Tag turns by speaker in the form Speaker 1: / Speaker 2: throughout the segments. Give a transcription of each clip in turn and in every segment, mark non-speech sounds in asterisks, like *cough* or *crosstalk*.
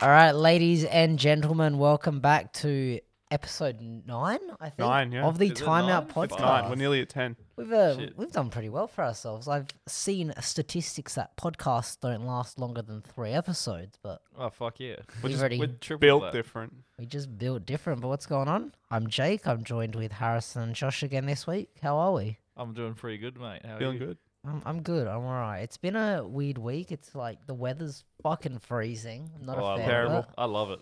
Speaker 1: All right, ladies and gentlemen, welcome back to episode nine, I think,
Speaker 2: Nine, yeah.
Speaker 1: of the
Speaker 3: Is it
Speaker 1: Timeout
Speaker 3: nine?
Speaker 2: It's
Speaker 1: podcast.
Speaker 2: nine. We're nearly at ten.
Speaker 1: We've uh,
Speaker 3: Shit.
Speaker 1: we've done pretty well for ourselves. I've seen statistics that podcasts don't last longer than three episodes, but
Speaker 3: Oh
Speaker 1: *laughs*
Speaker 3: fuck yeah!
Speaker 1: We've just- already
Speaker 3: we're triple
Speaker 2: Built
Speaker 3: that.
Speaker 2: different.
Speaker 1: we just built different. But what's going on? I'm Jake. I'm joined with Harrison and Josh again this week. How are we?
Speaker 3: I'm doing pretty good, mate. How are
Speaker 2: Feeling
Speaker 3: you?
Speaker 2: good.
Speaker 1: I'm, I'm good. I'm all right. It's been a weird week. It's like the weather's fucking freezing. I'm not
Speaker 3: oh,
Speaker 1: a
Speaker 3: I
Speaker 1: fan
Speaker 3: terrible.
Speaker 1: of it.
Speaker 3: I love it.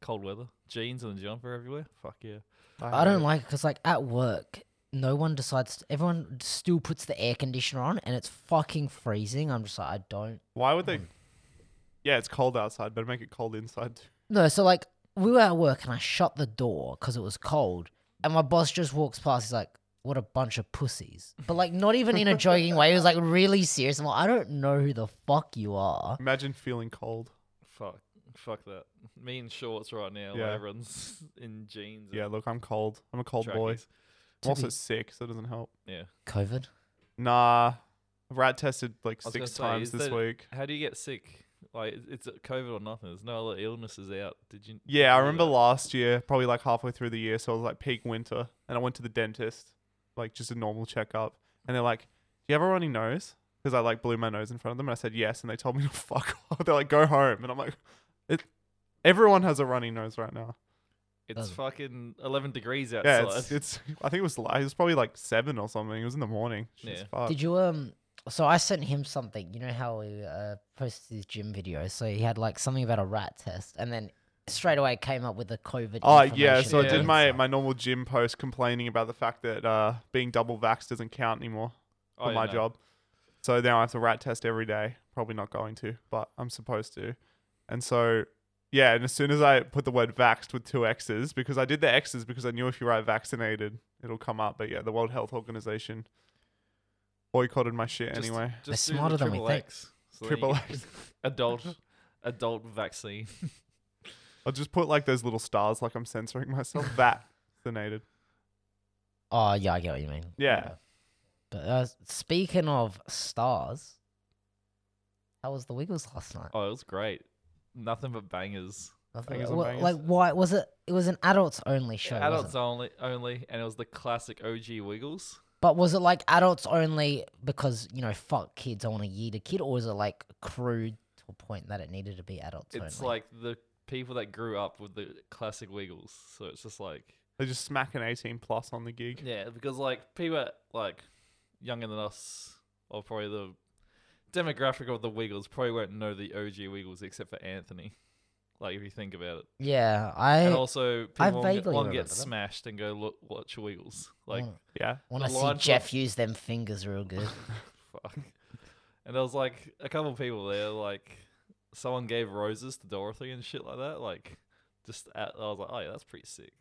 Speaker 3: Cold weather, jeans and a jumper everywhere. Fuck yeah!
Speaker 1: I don't like it because, like, at work, no one decides. Everyone still puts the air conditioner on, and it's fucking freezing. I'm just like, I don't.
Speaker 2: Why would they? Yeah, it's cold outside. Better make it cold inside. too.
Speaker 1: No, so like we were at work, and I shut the door because it was cold, and my boss just walks past. He's like, "What a bunch of pussies!" But like, not even in a joking way. He was like, really serious. I'm like, I don't know who the fuck you are.
Speaker 2: Imagine feeling cold.
Speaker 3: Fuck, fuck that. Me in shorts right now.
Speaker 2: Yeah.
Speaker 3: Like everyone's *laughs* in jeans.
Speaker 2: Yeah,
Speaker 3: and
Speaker 2: look, I'm cold. I'm a cold boy.
Speaker 3: trackies.
Speaker 1: To
Speaker 2: I'm also
Speaker 1: be-
Speaker 2: sick, so it doesn't help.
Speaker 3: Yeah.
Speaker 1: COVID.
Speaker 2: Nah, I've rat tested like
Speaker 3: I was gonna
Speaker 2: six
Speaker 3: say,
Speaker 2: times
Speaker 3: is
Speaker 2: this
Speaker 3: that-
Speaker 2: week.
Speaker 3: How do you get sick? Like it- it's COVID or nothing. There's no other illnesses out. Did you?
Speaker 2: Yeah, I
Speaker 3: hear
Speaker 2: remember
Speaker 3: that?
Speaker 2: last year, probably like halfway through the year, so it was like peak winter, and I went to the dentist, like just a normal checkup, and they're like, "Do you have a runny nose?" Because I like blew my nose in front of them, and I said yes, and they told me to *laughs* fuck off. They're like, "Go home," and I'm like, "It." Everyone has a runny nose right now.
Speaker 3: It's
Speaker 1: Doesn't.
Speaker 3: fucking 11 degrees outside.
Speaker 2: Yeah, it's, it's. I think it was. li- It was probably like seven or something. It was in the morning. Jeez,
Speaker 3: Yeah.
Speaker 2: fuck.
Speaker 1: Did you um? So I sent him something. You know how we uh, posted his gym video. So he had like something about a rat test, and then straight away came up with the COVID.
Speaker 2: Oh yeah,
Speaker 1: information
Speaker 2: so I
Speaker 1: on
Speaker 3: Yeah.
Speaker 2: did my
Speaker 1: Insta.
Speaker 2: my normal gym post complaining about the fact that uh, being double vaxxed doesn't count anymore
Speaker 3: Oh,
Speaker 2: for
Speaker 3: yeah,
Speaker 2: my
Speaker 3: no.
Speaker 2: job. So now I have to rat test every day. Probably not going to, but I'm supposed to. And so yeah, and as soon as I put the word vaxxed with two X's, because I did the X's because I knew if you write vaccinated, it'll come up. But yeah, the World Health Organization boycotted my shit
Speaker 3: Just-
Speaker 2: anyway.
Speaker 3: Just do the
Speaker 1: smarter than we
Speaker 3: triple
Speaker 1: think.
Speaker 3: X. So then
Speaker 2: *laughs*
Speaker 3: you
Speaker 2: Triple
Speaker 3: get
Speaker 2: X.
Speaker 3: *laughs* Adult, adult vaccine.
Speaker 2: I'll just put like those little stars like I'm censoring
Speaker 3: *laughs*
Speaker 2: myself. Vaccinated.
Speaker 1: Oh yeah, I get what you mean.
Speaker 2: Yeah.
Speaker 1: But uh, speaking of stars, how was the Wiggles last night?
Speaker 3: Oh, it was great. Nothing but bangers.
Speaker 1: Nothing-
Speaker 2: bangers on
Speaker 1: wha-
Speaker 2: bangers.
Speaker 1: like why was it? It was an adults only show. was
Speaker 3: Adults
Speaker 1: it?
Speaker 3: only, only, and it was the classic OG Wiggles.
Speaker 1: But was it like adults only because you know fuck kids, I want to yeet a kid, or was it like crude to a point that it needed to be adults
Speaker 3: It's
Speaker 1: only?
Speaker 3: like the people that grew up with the classic Wiggles. So it's just like,
Speaker 2: They just smack an 18 plus on the gig.
Speaker 3: yeah, because like people like younger than us, or probably the demographic of the Wiggles, probably won't know the OG Wiggles except for Anthony. Like if you think about it,
Speaker 1: yeah, I
Speaker 3: and also people
Speaker 1: I
Speaker 3: won't get-
Speaker 1: vaguely
Speaker 3: won't get
Speaker 1: remember them.
Speaker 3: smashed and go look watch Wiggles. Like
Speaker 1: Mm.
Speaker 2: Yeah.
Speaker 1: want to
Speaker 3: the
Speaker 1: see
Speaker 3: lines were-
Speaker 1: Jeff use them fingers *laughs* real good.
Speaker 3: Fuck. And there was like a couple of people there, like someone gave roses to Dorothy and shit like that. Like, just at, I was like, oh yeah, that's pretty sick.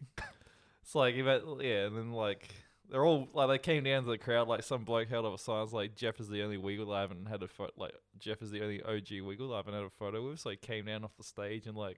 Speaker 3: it's like, you bet- yeah, and then like they're all like they came down to the crowd. Like some bloke held up a sign, was like Jeff is the only wiggle I haven't had a photo. Like Jeff is the only OG wiggle I haven't had a photo with. So he came down off the stage and like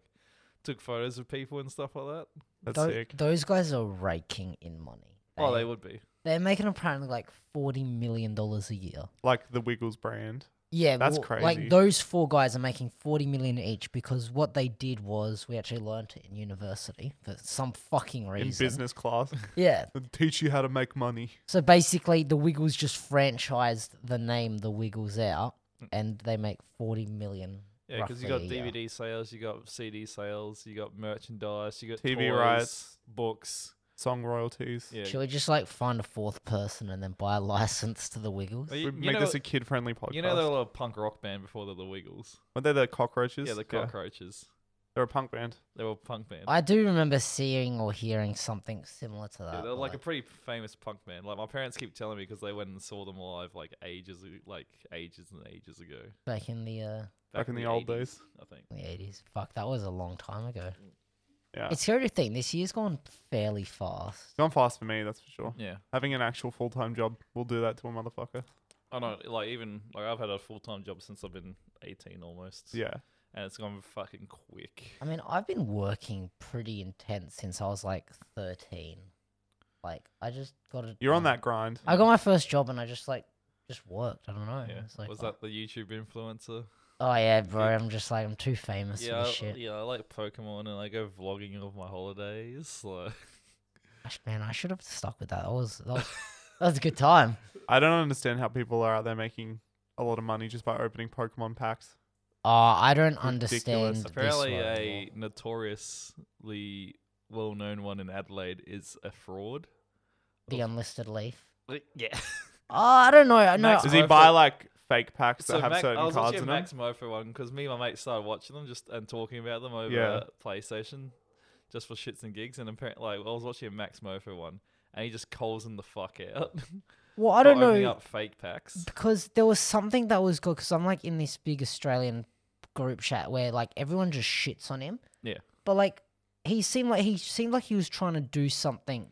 Speaker 3: took photos of people and stuff like that.
Speaker 2: That's
Speaker 1: Tho-
Speaker 2: sick.
Speaker 1: Those guys are raking in money.
Speaker 3: Oh, they would be.
Speaker 1: They're making apparently like forty million dollars a year.
Speaker 2: Like the Wiggles brand.
Speaker 1: Yeah,
Speaker 2: That's crazy.
Speaker 1: Like those four guys are making forty million each because what they did was we actually learnt it in university for some fucking reason.
Speaker 2: In business class.
Speaker 1: Yeah.
Speaker 2: They teach you how to make money.
Speaker 1: So basically, the Wiggles just franchised the name The Wiggles out, and they make forty million.
Speaker 3: Yeah, because you got
Speaker 1: roughly a year.
Speaker 3: DVD sales, you got CD sales, you got merchandise, you got
Speaker 2: TV
Speaker 3: toys,
Speaker 2: rights.
Speaker 3: books.
Speaker 2: Song royalties.
Speaker 3: Yeah,
Speaker 1: Should we just like find a fourth person and then buy a *laughs* license to the Wiggles?
Speaker 3: Well,
Speaker 2: We
Speaker 3: you, you
Speaker 2: make
Speaker 3: know,
Speaker 2: this a kid friendly podcast.
Speaker 3: you know they were a punk rock band before they were the Wiggles.
Speaker 2: Weren't they the cockroaches?
Speaker 3: Yeah, the Cockroaches.
Speaker 2: They're a punk band.
Speaker 3: They were a punk band.
Speaker 1: I do remember seeing or hearing something similar to that.
Speaker 3: yeah, they're
Speaker 1: but,
Speaker 3: like a pretty famous punk band. Like my parents keep telling me because they went and saw them live like ages, a- like ages and ages ago.
Speaker 1: back in the uh,
Speaker 2: Back in the old
Speaker 3: 80s, I think.
Speaker 1: the eighties. Fuck, that was a long time ago.
Speaker 3: Mm.
Speaker 2: Yeah.
Speaker 1: It's scary to think this year's gone fairly fast.
Speaker 2: It's gone fast for me, that's for sure.
Speaker 3: Yeah,
Speaker 2: Having an actual full time job will do that to a motherfucker.
Speaker 3: I know. Like even like I've had a full time job since I've been eighteen almost.
Speaker 2: Yeah.
Speaker 3: and it's gone fucking quick.
Speaker 1: I mean, I've been working pretty intense since I was like 13. Like, I just got a.
Speaker 2: You're on that grind.
Speaker 1: I got my first job and I just like just worked. I don't know.
Speaker 3: Yeah,
Speaker 1: It's like,
Speaker 3: was
Speaker 1: oh,
Speaker 3: that the YouTube influencer?
Speaker 1: Oh yeah, bro. I'm just like I'm too famous
Speaker 3: yeah,
Speaker 1: for
Speaker 3: I,
Speaker 1: this shit.
Speaker 3: yeah, I like Pokemon and I go vlogging of my holidays. *laughs* Like,
Speaker 1: I sh- Man, I should have stuck with that. That was that was, that was a good time.
Speaker 2: I don't understand how people are out there making a lot of money just by opening Pokemon packs.
Speaker 1: Oh, I don't
Speaker 2: Ridiculous.
Speaker 1: understand. this
Speaker 3: apparently,
Speaker 1: one.
Speaker 3: a notoriously well-known one in Adelaide is a fraud.
Speaker 1: the unlisted leaf.
Speaker 2: Uh, *laughs*
Speaker 3: Yeah.
Speaker 1: Oh, I don't know. No,
Speaker 3: Max-
Speaker 2: Does
Speaker 3: It's
Speaker 2: he
Speaker 3: worth
Speaker 2: buy
Speaker 3: it.
Speaker 2: like fake packs that
Speaker 3: *laughs* so
Speaker 2: have
Speaker 3: Mac- I
Speaker 2: certain
Speaker 3: was
Speaker 2: cards
Speaker 3: watching
Speaker 2: in
Speaker 3: a
Speaker 2: them?
Speaker 3: Max Mofa one because me and my mate started watching them just and talking about them over
Speaker 2: Yeah.
Speaker 3: PlayStation just for shits and gigs. And apparently, like, I was watching a Max Mofa one and he just calls them the fuck out.
Speaker 1: well, I don't
Speaker 3: *laughs* for opening
Speaker 1: know.
Speaker 3: up fake packs.
Speaker 1: because there was something that was good because I'm like in this big Australian group chat where like everyone just shits on him.
Speaker 3: Yeah.
Speaker 1: But like he seemed like he seemed like he was trying to do something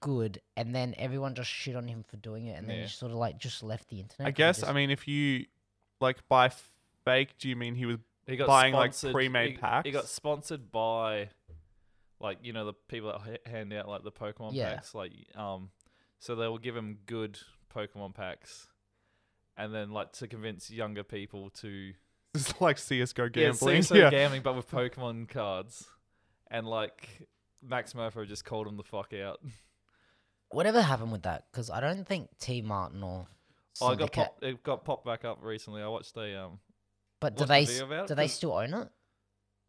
Speaker 1: good and then everyone just shit on him for doing it and then
Speaker 3: Yeah.
Speaker 1: he sort of like just left the internet.
Speaker 2: I guess. I mean, if you like by fake, do you mean he was? *laughs*
Speaker 3: He got
Speaker 2: Buying, like,
Speaker 3: sponsored-
Speaker 2: pre-made
Speaker 3: he-
Speaker 2: packs?
Speaker 3: He got sponsored by, like you know, the people that h- hand out like the Pokemon
Speaker 1: Yeah.
Speaker 3: packs. Like um, so they will give him good Pokemon packs, and then like to convince younger people to
Speaker 2: It's like CS:GO
Speaker 3: yeah,
Speaker 2: gambling.
Speaker 3: so- so
Speaker 2: *laughs* yeah.
Speaker 3: gambling but with Pokemon cards, and like Max Murphy just called him the fuck out.
Speaker 1: whatever happened with that because I don't think T Martin or
Speaker 3: Oh, it got
Speaker 1: Syndicate-
Speaker 3: pop, it got popped back up recently. I watched a um,
Speaker 1: but do
Speaker 3: what's the
Speaker 1: they
Speaker 3: video
Speaker 1: s-
Speaker 3: about it?
Speaker 1: do they
Speaker 3: 'Cause-
Speaker 1: still own it?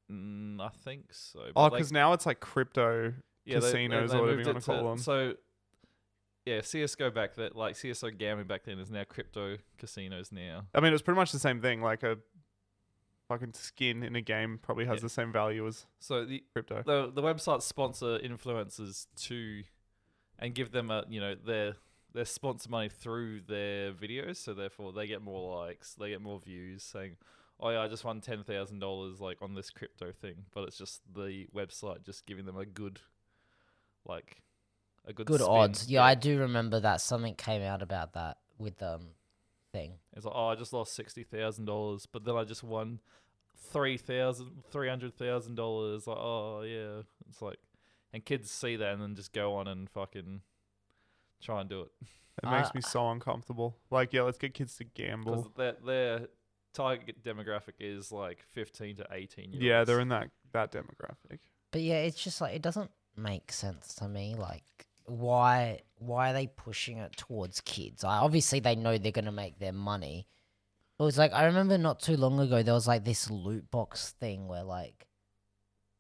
Speaker 3: mm, I think so. but,
Speaker 2: Oh,
Speaker 3: like,
Speaker 2: because now it's like crypto. casinos or whatever
Speaker 3: moved
Speaker 2: you wanna
Speaker 3: it
Speaker 2: call them.
Speaker 3: So, yeah, CS:GO back then, like CS:GO gambling back then, is now crypto casinos now.
Speaker 2: I mean, it's pretty much the same thing. Like a fucking skin in a game probably has
Speaker 3: Yeah.
Speaker 2: the same value as
Speaker 3: So the
Speaker 2: crypto.
Speaker 3: the, the websites sponsor influencers to, and give them a you know their their sponsor money through their videos. So therefore, they get more likes, they get more views, saying. Oh yeah, I just won ten thousand dollars like on this crypto thing, but it's just the website just giving them a good, like, a good
Speaker 1: Good
Speaker 3: spin.
Speaker 1: odds. Yeah, I do remember that something came out about that with um thing.
Speaker 3: It's like, oh, I just lost sixty thousand dollars, but then I just won three thousand, three hundred thousand dollars. Like, oh yeah, it's like, and kids see that and then just go on and fucking try and do it
Speaker 2: It makes
Speaker 1: I-
Speaker 2: me so uncomfortable. Like, yeah, let's get kids to
Speaker 3: Uh, because
Speaker 2: gamble.
Speaker 3: their their target demographic is like fifteen to eighteen. Year
Speaker 2: Yeah, they're in that that demographic.
Speaker 1: But yeah, it's just like it doesn't make sense to me. Like, why why are they pushing it towards kids? I, obviously, they know they're gonna make their money. But it's like I remember not too long ago there was like this loot box thing where like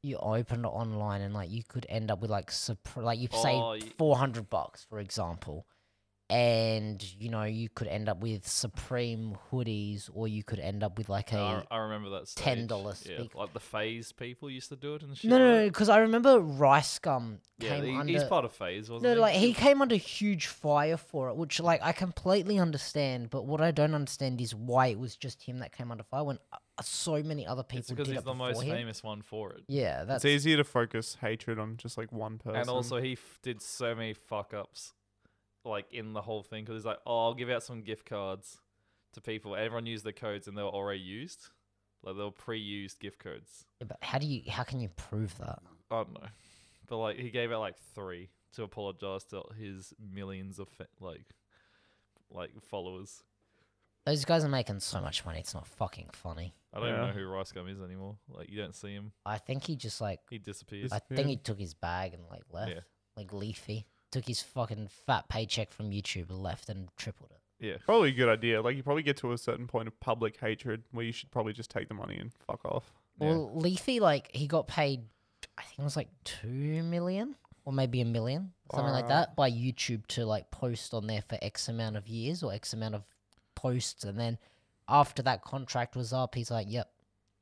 Speaker 1: you opened it online and like you could end up with like surpri- like you
Speaker 3: Oh,
Speaker 1: say
Speaker 3: y-
Speaker 1: four hundred bucks for example. And you know you could end up with Supreme hoodies, or you could end up with like a
Speaker 3: I, I remember that stage.
Speaker 1: $10
Speaker 3: Yeah,
Speaker 1: speak-
Speaker 3: like the phase people used to do it and shit.
Speaker 1: no,
Speaker 3: like
Speaker 1: no,
Speaker 3: that.
Speaker 1: no, because I remember Rice Gum
Speaker 3: Yeah,
Speaker 1: came
Speaker 3: he-
Speaker 1: under.
Speaker 3: he's part of phase, wasn't
Speaker 1: No,
Speaker 3: he?
Speaker 1: like he came under huge fire for it, which like I completely understand. But what I don't understand is why it was just him that came under fire when uh, so many other people
Speaker 3: It's because
Speaker 1: did
Speaker 3: he's
Speaker 1: it
Speaker 3: the
Speaker 1: before
Speaker 3: most
Speaker 1: him.
Speaker 3: famous one for it.
Speaker 1: Yeah, that's
Speaker 2: It's easier to focus hatred on just like one person.
Speaker 3: And also, he f- did so many fuck ups, like in the whole thing, because he's like, "Oh, I'll give out some gift cards to people." Everyone used the codes, and they were already used, like they were pre-used gift codes.
Speaker 1: But how do you? How can you prove that?
Speaker 3: I don't know, but like he gave out like three to apologize to his millions of fa- like, like followers.
Speaker 1: Those guys are making so much money. It's not fucking funny.
Speaker 3: I don't even
Speaker 2: Yeah.
Speaker 3: know who Rice Gum is anymore. Like you don't see him;
Speaker 1: I think he just like
Speaker 3: he disappears.
Speaker 1: I
Speaker 2: Yeah.
Speaker 1: think he took his bag and like left, like leafy. Took his fucking fat paycheck from YouTube, and left and tripled it.
Speaker 3: yeah,
Speaker 2: probably a good idea. Like, you probably get to a certain point of public hatred where you should probably just take the money and fuck off.
Speaker 3: Yeah.
Speaker 1: Well, Leafy like he got paid, I think it was like two million or maybe a million, something like
Speaker 2: Alright.
Speaker 1: that, by YouTube to like post on there for X amount of years or X amount of posts, and then after that contract was up, he's like, "Yep,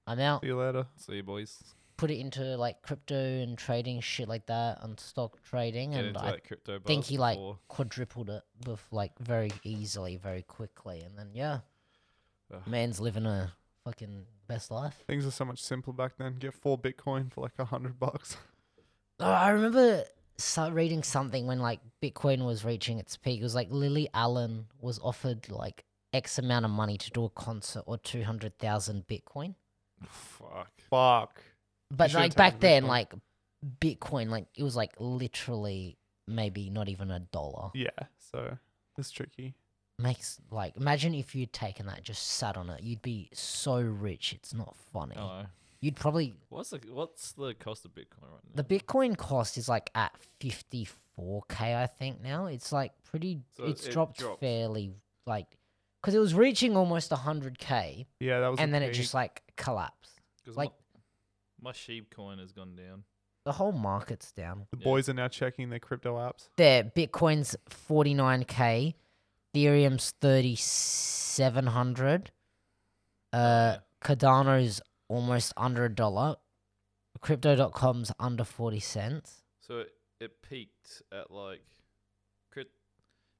Speaker 1: I'm out."
Speaker 2: See you later.
Speaker 3: see you boys.
Speaker 1: Put it into like crypto and trading shit like that and stock trading,
Speaker 3: Get
Speaker 1: and
Speaker 3: into
Speaker 1: I
Speaker 3: that crypto.
Speaker 1: think
Speaker 3: buzz
Speaker 1: he like
Speaker 3: before-
Speaker 1: quadrupled it with like very easily, very quickly, and then yeah,
Speaker 3: Ugh.
Speaker 1: man's living a fucking best life.
Speaker 2: Things are so much simpler back then. Get four Bitcoin for like a hundred bucks. *laughs*
Speaker 1: Oh, I remember so- reading something when like Bitcoin was reaching its peak. It was like Lily Allen was offered like X amount of money to do a concert or two hundred thousand Bitcoin.
Speaker 3: fuck.
Speaker 2: Fuck.
Speaker 1: But
Speaker 2: should've
Speaker 1: like back
Speaker 2: taken
Speaker 1: then,
Speaker 2: Bitcoin.
Speaker 1: like Bitcoin, like it was like literally maybe not even a dollar.
Speaker 2: Yeah. So it's tricky.
Speaker 1: makes like imagine if you'd taken that just sat on it you'd be so rich it's not funny
Speaker 3: Oh,
Speaker 1: you'd probably
Speaker 3: what's the what's the cost of Bitcoin right now?
Speaker 1: the bitcoin cost is like at 54k i think now it's like pretty
Speaker 3: So
Speaker 1: it's
Speaker 3: it
Speaker 1: dropped
Speaker 3: drops.
Speaker 1: fairly like because it was reaching almost 100k
Speaker 2: Yeah, that was.
Speaker 1: and
Speaker 2: a
Speaker 1: then it
Speaker 2: peak.
Speaker 1: just like collapsed
Speaker 3: 'Cause
Speaker 1: like-
Speaker 3: my, my sheep coin has gone down.
Speaker 1: the whole market's down
Speaker 2: the
Speaker 3: yeah.
Speaker 2: boys are now checking their crypto apps.
Speaker 1: there bitcoin's 49k ethereum's 3700 uh
Speaker 3: yeah.
Speaker 1: cardano's almost under a dollar crypto.com's under 40 cents
Speaker 3: So it, it peaked at like crit,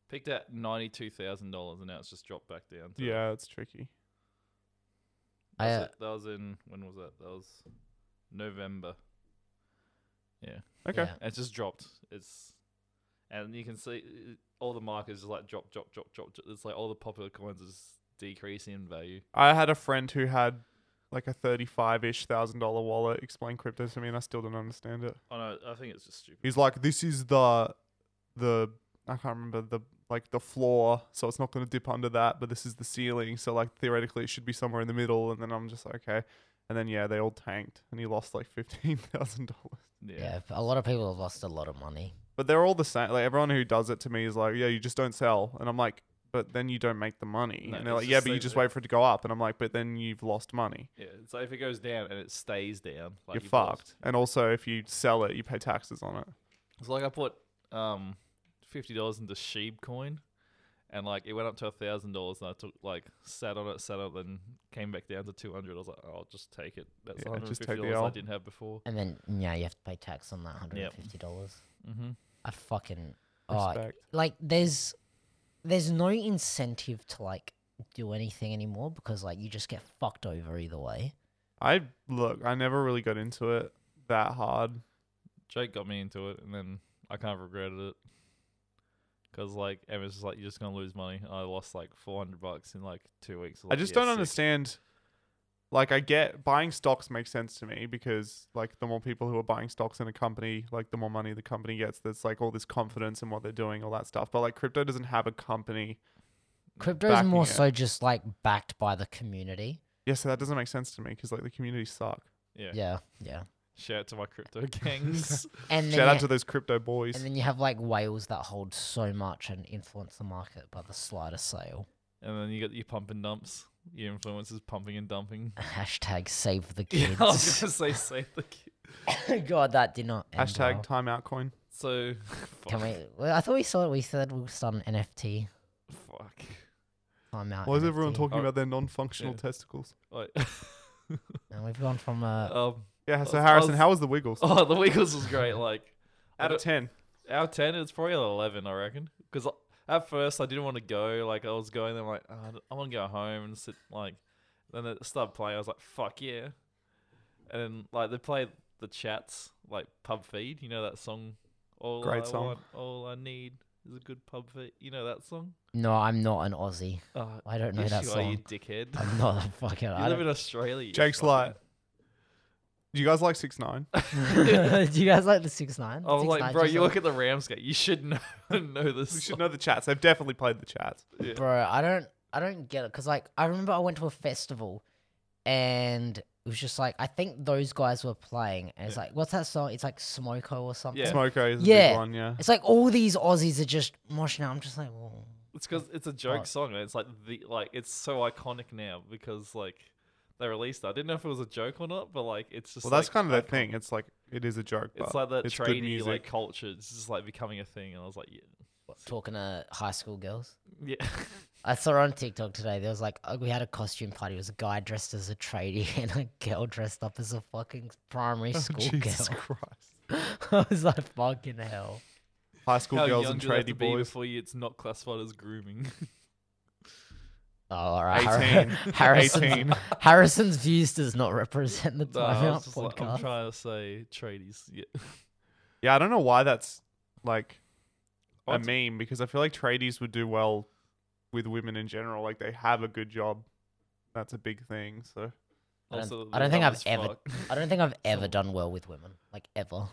Speaker 3: peaked at ninety two thousand dollars, and now it's just dropped back down. To
Speaker 2: Yeah, it's tricky.
Speaker 3: that was,
Speaker 1: I, uh,
Speaker 3: it- that was in when was that? That was November.
Speaker 2: Okay.
Speaker 1: yeah.
Speaker 3: And it's just dropped. It's and you can see uh, all the markets just like drop, drop, drop, drop. drop. It's like all the popular coins is decreasing in value.
Speaker 2: I had a friend who had like a thirty-five ish thousand dollar wallet explain crypto to me, and I still don't understand it.
Speaker 3: Oh no, I think it's just stupid.
Speaker 2: He's like, "This is the, the I can't remember the like the floor, so it's not going to dip under that, but this is the ceiling, so like theoretically it should be somewhere in the middle." And then I'm just like, "Okay," and then yeah, they all tanked, and he lost like fifteen thousand dollars.
Speaker 1: yeah a lot of people have lost a lot of money
Speaker 2: But they're all the same. Like everyone who does it to me is like, "Yeah, you just don't sell," and I'm like. But then you don't make the money,
Speaker 3: No,
Speaker 2: and they're
Speaker 3: it's
Speaker 2: like, "Yeah,
Speaker 3: just
Speaker 2: but you
Speaker 3: like
Speaker 2: just
Speaker 3: the-
Speaker 2: wait for it to go up," and I'm like, "But then you've lost money.
Speaker 3: Yeah, it's like if it goes down and it stays down,
Speaker 2: You're
Speaker 3: like you've
Speaker 2: fucked."
Speaker 3: lost.
Speaker 2: And also, if you sell it, you pay taxes on it.
Speaker 3: It's like I put um fifty dollars into Sheeb coin, and like it went up to a thousand dollars, and I took like sat on it, sat on it, then came back down to two hundred. I was like, oh, I'll just take it. That's
Speaker 2: Yeah,
Speaker 3: one hundred
Speaker 2: just take
Speaker 3: fifty
Speaker 2: the
Speaker 3: dollars I
Speaker 2: L.
Speaker 3: didn't have before.
Speaker 1: and then yeah you have to pay tax on that $150
Speaker 3: Yep. Mm-hmm.
Speaker 1: i fucking oh,
Speaker 2: Respect.
Speaker 1: like there's there's no incentive to like do anything anymore because like you just get fucked over either way
Speaker 2: I look, I never really got into it that hard.
Speaker 3: Jake got me into it, and then I kind of regretted it because like it was just like you're just gonna lose money. I lost like four hundred bucks in like two weeks.
Speaker 2: I
Speaker 3: like,
Speaker 2: just
Speaker 3: yeah,
Speaker 2: don't
Speaker 3: sick.
Speaker 2: understand. Like, I get buying stocks makes sense to me because, like, the more people who are buying stocks in a company, like, the more money the company gets. There's like all this confidence in what they're doing, all that stuff. But like, crypto doesn't have a company.
Speaker 1: crypto is
Speaker 2: Backing
Speaker 1: more
Speaker 2: it.
Speaker 1: so just like backed by the community
Speaker 2: Yeah, so that doesn't make sense to me because like the community suck.
Speaker 3: Yeah.
Speaker 1: yeah yeah
Speaker 3: Shout out to
Speaker 2: *laughs*
Speaker 3: my crypto gangs.
Speaker 1: and then
Speaker 2: Shout
Speaker 1: you-
Speaker 2: out to those crypto boys.
Speaker 1: And then you have like whales that hold so much and influence the market by the slightest sale.
Speaker 3: and then you got your pump and dumps. Your influencers pumping and dumping.
Speaker 1: Hashtag save the
Speaker 3: *laughs* Yeah, I was
Speaker 1: kids.
Speaker 3: gonna say save the
Speaker 1: *laughs*
Speaker 3: kid.
Speaker 1: God, that did not. End
Speaker 2: Hashtag
Speaker 1: well.
Speaker 2: timeout coin.
Speaker 3: So *laughs*
Speaker 1: Can
Speaker 3: fuck,
Speaker 1: we? Well, I thought we saw it. We said we'll start an NFT
Speaker 3: fuck.
Speaker 1: timeout.
Speaker 2: Why is
Speaker 1: NFT.
Speaker 2: everyone talking
Speaker 3: Oh,
Speaker 2: about their non-functional
Speaker 3: yeah.
Speaker 2: testicles?
Speaker 3: Like,
Speaker 1: And we've gone from uh,
Speaker 3: *laughs* um,
Speaker 2: Yeah. So
Speaker 3: was- I
Speaker 2: Harrison,
Speaker 3: was-
Speaker 2: how was the Wiggles?
Speaker 3: oh, the Wiggles was great. Like
Speaker 2: Out of
Speaker 3: I
Speaker 2: ten.
Speaker 3: got- out of ten, it's probably an eleven, I reckon. Because at first I didn't want to go. Like I was going, there, I'm like "Ah, I d- I want to go home and sit. Like then it started playing. I was like, fuck yeah. And then, like they played the chats, like pub feed. You know that song. All
Speaker 2: Great
Speaker 3: I
Speaker 2: song.
Speaker 3: Want, all I need is a good pub feed. You know that song.
Speaker 1: no, I'm not an Aussie.
Speaker 3: Oh,
Speaker 1: I don't Uh, know
Speaker 3: yes,
Speaker 1: that
Speaker 3: you Are, you
Speaker 1: song.
Speaker 3: dickhead.
Speaker 1: *laughs* I'm not a fucking.
Speaker 3: *laughs* You
Speaker 1: I
Speaker 3: live
Speaker 1: don't,
Speaker 3: in Australia. you
Speaker 2: Jake's
Speaker 3: fucking-
Speaker 2: like, do you guys like six nine?
Speaker 3: *laughs*
Speaker 1: *laughs* do you guys like the six nine?
Speaker 3: I was Oh, like, bro, you look at the Rams game. You should know, *laughs* know this.
Speaker 2: We should
Speaker 3: song."
Speaker 2: know the chats. They've definitely played the chats.
Speaker 3: yeah.
Speaker 1: bro i don't i don't get it because like i remember i went to a festival and it was just like i think those guys were playing and it's like what's that song it's like smoko or something
Speaker 3: Yeah.
Speaker 2: Smoko is a
Speaker 1: Yeah.
Speaker 2: big one, yeah.
Speaker 1: it's like all these aussies are just moshing out i'm just like well
Speaker 3: It's because it's a joke
Speaker 1: Right.
Speaker 3: song, and it's like the like it's so iconic now because like they released it. I didn't know if it was a joke or not, but like it's just
Speaker 2: Well, that's
Speaker 3: like,
Speaker 2: kind of their
Speaker 3: icon-
Speaker 2: thing. It's like it is a joke.
Speaker 3: It's
Speaker 2: but
Speaker 3: like that
Speaker 2: it's good
Speaker 3: tradie
Speaker 2: music.
Speaker 3: like culture. It's just like becoming a thing, and I was like, yeah, *laughs*
Speaker 1: talking to high school girls
Speaker 3: yeah.
Speaker 1: I saw on TikTok today. There was like uh, we had a costume party. It was a guy dressed as a tradie *laughs* and a girl dressed up as a fucking primary *laughs*
Speaker 2: Oh,
Speaker 1: school
Speaker 2: Jesus
Speaker 1: girl. *laughs*
Speaker 2: Christ.
Speaker 1: I was like, "Fucking hell!"
Speaker 2: High school
Speaker 3: How
Speaker 2: girls
Speaker 3: young
Speaker 2: and
Speaker 3: do they have to
Speaker 2: tradie
Speaker 3: be
Speaker 2: boys.
Speaker 3: before you, it's not classified as grooming.
Speaker 1: Oh, all right.
Speaker 2: 18.
Speaker 1: *laughs* Harrison,
Speaker 2: Eighteen.
Speaker 1: Harrison's views does not represent the
Speaker 3: *laughs* No, I was
Speaker 1: timeout
Speaker 3: just like, I'm
Speaker 1: podcast.
Speaker 3: trying to say tradies. Yeah,
Speaker 2: Yeah, I don't know why that's like a
Speaker 3: What?
Speaker 2: meme because I feel like tradies would do well with women in general. Like they have a good job. That's a big thing. So
Speaker 1: I don't-
Speaker 3: Also,
Speaker 1: I
Speaker 3: they're
Speaker 1: don't think
Speaker 3: dumb
Speaker 1: I've
Speaker 3: as
Speaker 1: ever-
Speaker 3: fuck.
Speaker 1: I don't think I've ever *laughs* done well with women, like ever.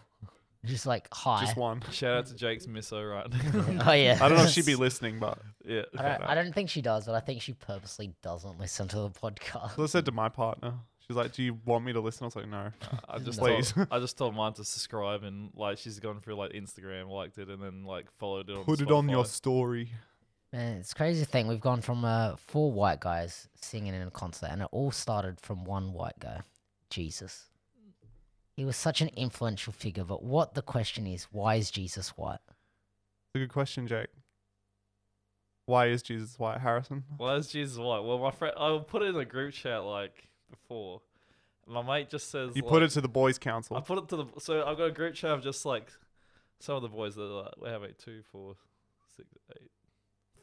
Speaker 1: Just like hi.
Speaker 2: Just one.
Speaker 3: *laughs* Shout out to Jake's miso right now.
Speaker 1: *laughs* Oh yeah.
Speaker 2: I don't know if
Speaker 1: *laughs*
Speaker 2: she'd be listening, but
Speaker 3: yeah.
Speaker 1: I don't, I don't think she does, but I think she purposely doesn't listen to the podcast.
Speaker 2: So I said to my partner, she's like, "Do you want me to listen?" I was
Speaker 1: *laughs*
Speaker 2: like, "No."
Speaker 3: I just
Speaker 2: Please.
Speaker 3: told, I just told mine to subscribe and like she's gone through like Instagram, liked it, and then like followed it. On
Speaker 2: Put it on your
Speaker 3: Spotify.
Speaker 2: story.
Speaker 1: Man, it's a crazy thing. We've gone from uh, four white guys singing in a concert, and it all started from one white guy, Jesus. He was such an influential figure, but what the question is, why is Jesus white?
Speaker 2: It's a good question, Jake. Why is Jesus white, Harrison?
Speaker 3: Why is Jesus white? Well, my friend, I put it in a group chat like before. My mate just says
Speaker 2: You put
Speaker 3: like-
Speaker 2: it to the boys'
Speaker 3: I
Speaker 2: council.
Speaker 3: put it to the. So I've got a group chat of just like some of the boys that are like, we have eight, two, four, six, eight,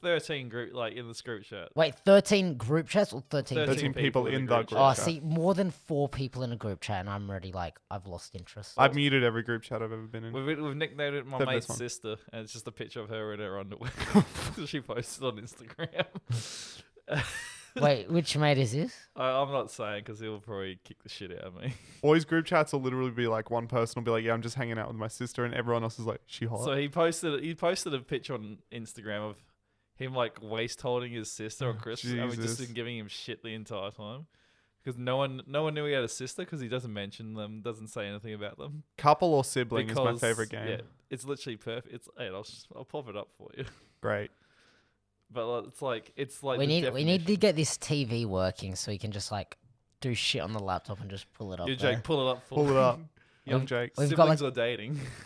Speaker 3: 13 group, like in this group chat.
Speaker 1: Wait, 13 group chats or 13?
Speaker 3: 13
Speaker 1: people?
Speaker 2: 13 people in the group
Speaker 1: Oh,
Speaker 2: chat.
Speaker 1: see, more than four people in a group chat, and I'm already like, I've lost interest.
Speaker 2: I've muted every group chat I've ever been in.
Speaker 3: We've, we've nicknamed it my
Speaker 2: Except this
Speaker 3: mate's
Speaker 2: one.
Speaker 3: sister, and it's just a picture of her in
Speaker 2: *laughs*
Speaker 3: her underwear. *laughs* she posted on Instagram.
Speaker 1: *laughs* Wait, which mate is this?
Speaker 3: I, I'm not saying because he'll probably kick the shit out of me. *laughs*
Speaker 2: Boys' group chats will literally be like one person will be like, "Yeah, I'm just hanging out with my sister," and everyone else is like, "She hot."
Speaker 3: So he posted he posted a picture on Instagram of him like waist holding his
Speaker 2: *laughs*
Speaker 3: sister or Chris, and we just
Speaker 2: Jesus.
Speaker 3: been giving him shit the entire time because no one no one knew he had a sister because he doesn't mention them, doesn't say anything about them.
Speaker 2: Couple or sibling
Speaker 3: because,
Speaker 2: is my favorite game.
Speaker 3: Yeah, it's literally perfect. It's hey, I'll s- I'll pop it up for you. *laughs*
Speaker 2: Great.
Speaker 3: But like, it's like it's like
Speaker 1: we
Speaker 3: the
Speaker 1: need we need to
Speaker 3: definition.
Speaker 1: get this TV working so we can just like do shit on the laptop and just pull it up.
Speaker 3: You,
Speaker 1: there. *laughs*
Speaker 3: Jake, pull it up for
Speaker 2: Pull it
Speaker 3: me. *laughs*
Speaker 2: up. Young Jake.
Speaker 1: We've
Speaker 3: Siblings
Speaker 1: got,
Speaker 3: are dating. *laughs*
Speaker 2: *laughs*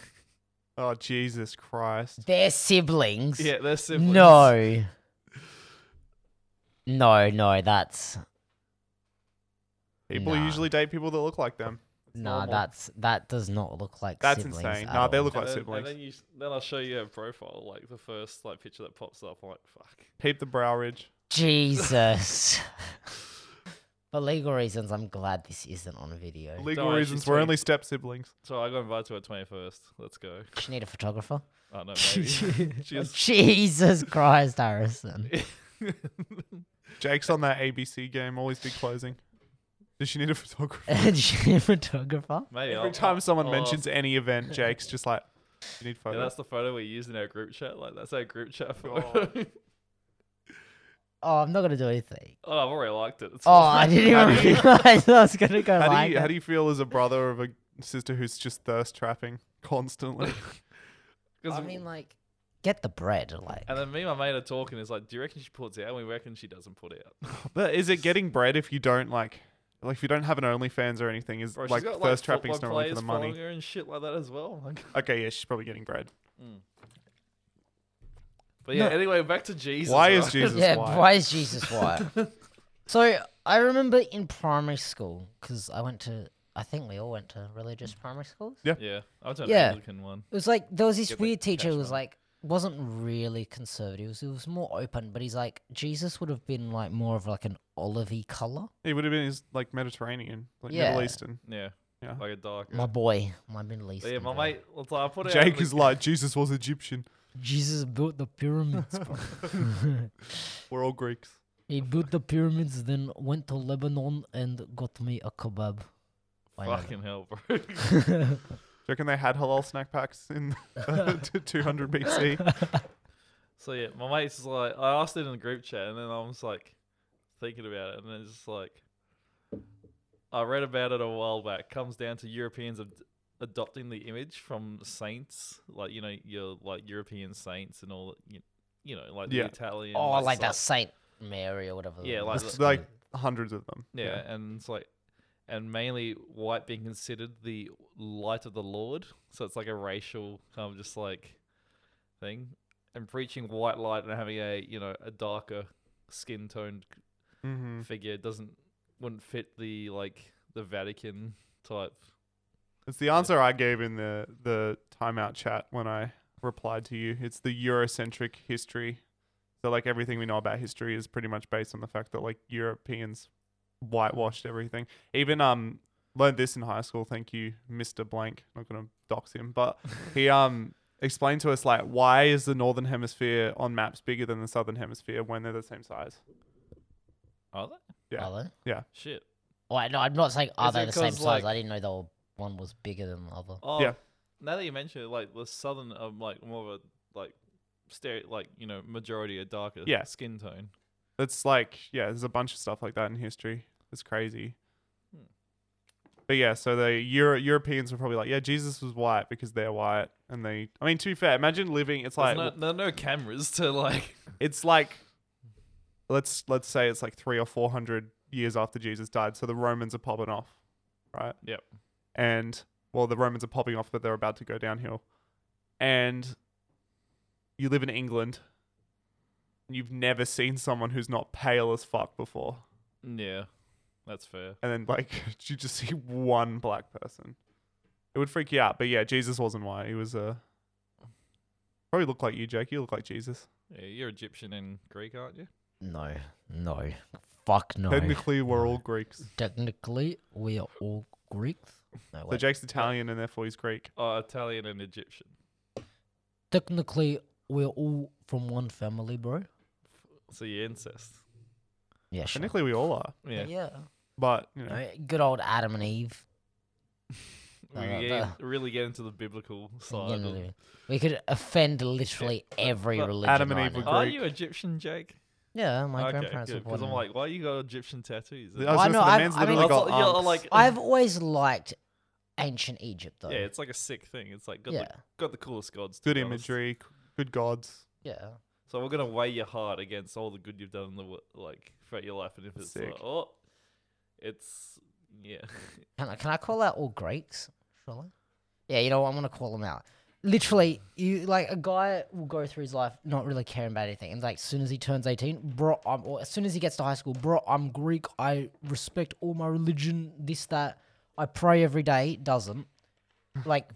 Speaker 2: Oh Jesus Christ.
Speaker 1: They're siblings.
Speaker 3: yeah, they're siblings.
Speaker 1: No. No, no, that's
Speaker 2: People
Speaker 1: Nah.
Speaker 2: usually date people that look like them.
Speaker 1: nah.
Speaker 3: normal.
Speaker 1: That's that does not look like
Speaker 2: That's
Speaker 1: siblings
Speaker 2: insane.
Speaker 1: at
Speaker 2: Nah, they
Speaker 1: all.
Speaker 2: look
Speaker 3: And
Speaker 2: like
Speaker 3: then,
Speaker 2: siblings.
Speaker 3: and then you s- then I'll show you her profile, like the first like picture that pops up. I'm like, fuck.
Speaker 2: Peep the brow ridge. *laughs*
Speaker 1: Jesus. For legal reasons, I'm glad this isn't on video.
Speaker 2: Legal
Speaker 3: Sorry,
Speaker 2: reasons.
Speaker 3: she's
Speaker 2: We're
Speaker 3: twenty.
Speaker 2: only step siblings.
Speaker 3: So I got invited to her twenty first. Let's go.
Speaker 1: Just need a photographer.
Speaker 3: I don't know,
Speaker 2: *laughs*
Speaker 3: maybe. *laughs*
Speaker 1: *laughs*
Speaker 3: She's
Speaker 1: Jesus Christ,
Speaker 2: *laughs*
Speaker 1: Harrison. *laughs*
Speaker 2: Jake's on that ABC game. Always be closing. Does she need a *laughs* photographer?
Speaker 1: *laughs* Just need a photographer.
Speaker 3: maybe
Speaker 2: Every
Speaker 3: I'll-
Speaker 2: time someone
Speaker 3: I'll-
Speaker 2: mentions any
Speaker 3: *laughs*
Speaker 2: event, Jake's just like, "You need
Speaker 3: Yeah,
Speaker 2: photos."
Speaker 3: that's the photo we used in our group chat. Like that's our group chat photo. *laughs* oh,
Speaker 1: Oh, I'm not gonna do
Speaker 2: *laughs*
Speaker 1: anything.
Speaker 3: I've already liked it. It's
Speaker 1: Oh, I
Speaker 3: fine.
Speaker 1: didn't even realize I was gonna go
Speaker 2: *laughs* how
Speaker 1: like
Speaker 2: do you
Speaker 1: it.
Speaker 2: how do you feel as a brother of a sister who's just thirst trapping
Speaker 3: *laughs*
Speaker 2: constantly?
Speaker 3: *laughs* 'Cause
Speaker 1: I
Speaker 3: we-
Speaker 1: mean, like, get the bread, like.
Speaker 3: and then me and my mate are talking. It's like, do you reckon she puts out? And we reckon she doesn't put
Speaker 2: *laughs*
Speaker 3: out.
Speaker 2: but is it getting bread if you don't like, like if you don't have an OnlyFans or anything? Is
Speaker 3: Bro,
Speaker 2: like
Speaker 3: she's got
Speaker 2: thirst
Speaker 3: like
Speaker 2: trapping is
Speaker 3: football
Speaker 2: normally for
Speaker 3: players
Speaker 2: the money?
Speaker 3: following her and shit like that as well. *laughs* Like,
Speaker 2: Okay, yeah, she's probably getting bread.
Speaker 3: but yeah. Anyway, back to Jesus.
Speaker 2: Why is
Speaker 3: right?
Speaker 1: *laughs*
Speaker 2: Jesus
Speaker 1: yeah,
Speaker 2: white?
Speaker 1: why is Jesus white?
Speaker 3: *laughs*
Speaker 1: so I remember in primary school because I went to, I think we all went to religious primary schools.
Speaker 3: Yeah, I was an
Speaker 1: Yeah.
Speaker 3: Anglican one.
Speaker 1: It was like there was this
Speaker 3: Get the
Speaker 1: weird teacher who
Speaker 3: cash
Speaker 1: was
Speaker 3: money.
Speaker 1: like wasn't really conservative. It was, it was more open, but he's like Jesus would have been like more of like an olivey color.
Speaker 2: It would have been his, like Mediterranean, like Middle
Speaker 1: Yeah.
Speaker 2: Eastern.
Speaker 3: Yeah,
Speaker 2: Yeah.
Speaker 3: like a dark.
Speaker 1: My boy, my Middle
Speaker 3: But
Speaker 1: Eastern.
Speaker 3: Oh, yeah, my
Speaker 1: guy.
Speaker 3: mate. Well, so I put it out
Speaker 2: Jake
Speaker 3: in
Speaker 2: is like Jesus was Egyptian.
Speaker 1: Jesus built the pyramids.
Speaker 3: *laughs*
Speaker 1: bro.
Speaker 2: We're all Greeks.
Speaker 1: he built the pyramids, then went to Lebanon and got me a kebab.
Speaker 3: the
Speaker 1: Why not?
Speaker 3: fucking hell, bro.
Speaker 2: Do you reckon they had halal snack packs
Speaker 1: *laughs*
Speaker 2: in *laughs* to 200
Speaker 3: *laughs*
Speaker 2: BC?
Speaker 3: *laughs* So yeah, my mate's just like, I asked it in the group chat, and then I was like, thinking about it, and it's just like, I read about it a while back. Comes down to Europeans ad- adopting the image from saints, like you know, your like European saints and all, you, you know, like
Speaker 2: Yeah.
Speaker 3: the Italian.
Speaker 1: Oh, like
Speaker 3: sa-
Speaker 1: that Saint Mary or whatever.
Speaker 3: Yeah,
Speaker 1: the-
Speaker 3: like
Speaker 2: It's
Speaker 3: the-
Speaker 2: like hundreds of them.
Speaker 3: Yeah, and it's like, and mainly white being considered the light of the Lord, so it's like a racial kind of just like thing, and preaching white light and having a you know a darker skin toned
Speaker 2: Mm-hmm.
Speaker 3: figure doesn't wouldn't fit the like the Vatican type.
Speaker 2: It's the answer I gave in the the timeout chat when I replied to you. It's the Eurocentric history. So like everything we know about history is pretty much based on the fact that like Europeans whitewashed everything. Even um learned this in high school. Thank you, Mr. Blank. not gonna dox him, but he um explained to us like why is the northern hemisphere on maps bigger than the southern hemisphere when they're the same size?
Speaker 3: Are they?
Speaker 2: Yeah.
Speaker 1: Are they?
Speaker 3: Shit.
Speaker 1: Wait, no, I'm not saying are
Speaker 3: Is
Speaker 1: they
Speaker 3: it
Speaker 1: the same
Speaker 3: 'cause,
Speaker 1: size. I
Speaker 3: like-
Speaker 1: didn't know they were, one was bigger than the other.
Speaker 3: Oh,
Speaker 2: Yeah.
Speaker 3: now that you mention it, like the southern, um, like more of a like stereo, like you know, majority are darker
Speaker 2: Yeah.
Speaker 3: skin tone.
Speaker 2: That's like, yeah, there's a bunch of stuff like that in history. It's crazy.
Speaker 3: Hmm.
Speaker 2: But yeah, so the Euro- Europeans were probably like, yeah, Jesus was white because they're white, and they. I mean, to be fair, imagine living. It's
Speaker 3: There's
Speaker 2: like
Speaker 3: no, there are no cameras to like. *laughs*
Speaker 2: it's like let's let's say it's like three or four hundred years after Jesus died, so the Romans are popping off, right?
Speaker 3: Yep.
Speaker 2: And well, the Romans are popping off, but they're about to go downhill. And you live in England, and you've never seen someone who's not pale as fuck before,
Speaker 3: Yeah, that's fair.
Speaker 2: and then like *laughs* you just see one black person, it would freak you out. But yeah, Jesus wasn't white; he was Uh, Probably look like you, Jake. You look like Jesus.
Speaker 3: Yeah, you're Egyptian and Greek, aren't you?
Speaker 1: No, no, fuck no.
Speaker 2: Technically, we're all Greeks.
Speaker 1: Technically, we are all Greeks. No,
Speaker 2: So
Speaker 1: wait.
Speaker 2: Jake's Italian and therefore he's Greek.
Speaker 3: Oh, Italian and Egyptian.
Speaker 1: Technically, we're all from one family, bro.
Speaker 3: So you incest.
Speaker 1: Yeah, sure.
Speaker 2: Technically, we all are,
Speaker 3: Yeah.
Speaker 1: yeah.
Speaker 2: but you know,
Speaker 1: No, good old Adam and Eve. No,
Speaker 3: We
Speaker 1: no,
Speaker 3: get, really get into the biblical
Speaker 1: You
Speaker 3: side. of-
Speaker 1: know, we could offend literally every
Speaker 3: but
Speaker 1: religion.
Speaker 2: Adam and
Speaker 1: right
Speaker 2: Eve were
Speaker 1: now.
Speaker 2: Greek.
Speaker 3: Are you Egyptian, Jake?
Speaker 1: Yeah, my
Speaker 3: okay,
Speaker 1: grandparents were born.
Speaker 3: Because I'm
Speaker 1: in-
Speaker 3: like, why you got Egyptian tattoos?
Speaker 2: I was
Speaker 1: Well,
Speaker 2: gonna
Speaker 1: no,
Speaker 2: say, the
Speaker 1: I've-
Speaker 2: man's
Speaker 1: I mean-
Speaker 2: literally got
Speaker 3: Also, you're
Speaker 2: arms.
Speaker 3: like-
Speaker 1: I've always liked ancient Egypt though.
Speaker 3: yeah, it's like a sick thing. It's like got,
Speaker 1: yeah,
Speaker 3: the, got the coolest gods. to
Speaker 2: good
Speaker 3: be honest.
Speaker 2: imagery, c- good gods.
Speaker 1: yeah.
Speaker 3: So we're gonna weigh your heart against all the good you've done in the wo- like throughout your life, and if it's
Speaker 2: Sick.
Speaker 3: like, oh, it's yeah,
Speaker 1: Can I, can I call out all Greeks? Shall I? Yeah, you know what? I'm gonna call them out. Literally, you like a guy will go through his life not really caring about anything, and like as soon as he turns 18, bro, I'm, or as soon as he gets to high school, bro, I'm Greek. I respect all my religion. This that. I pray every day. Doesn't like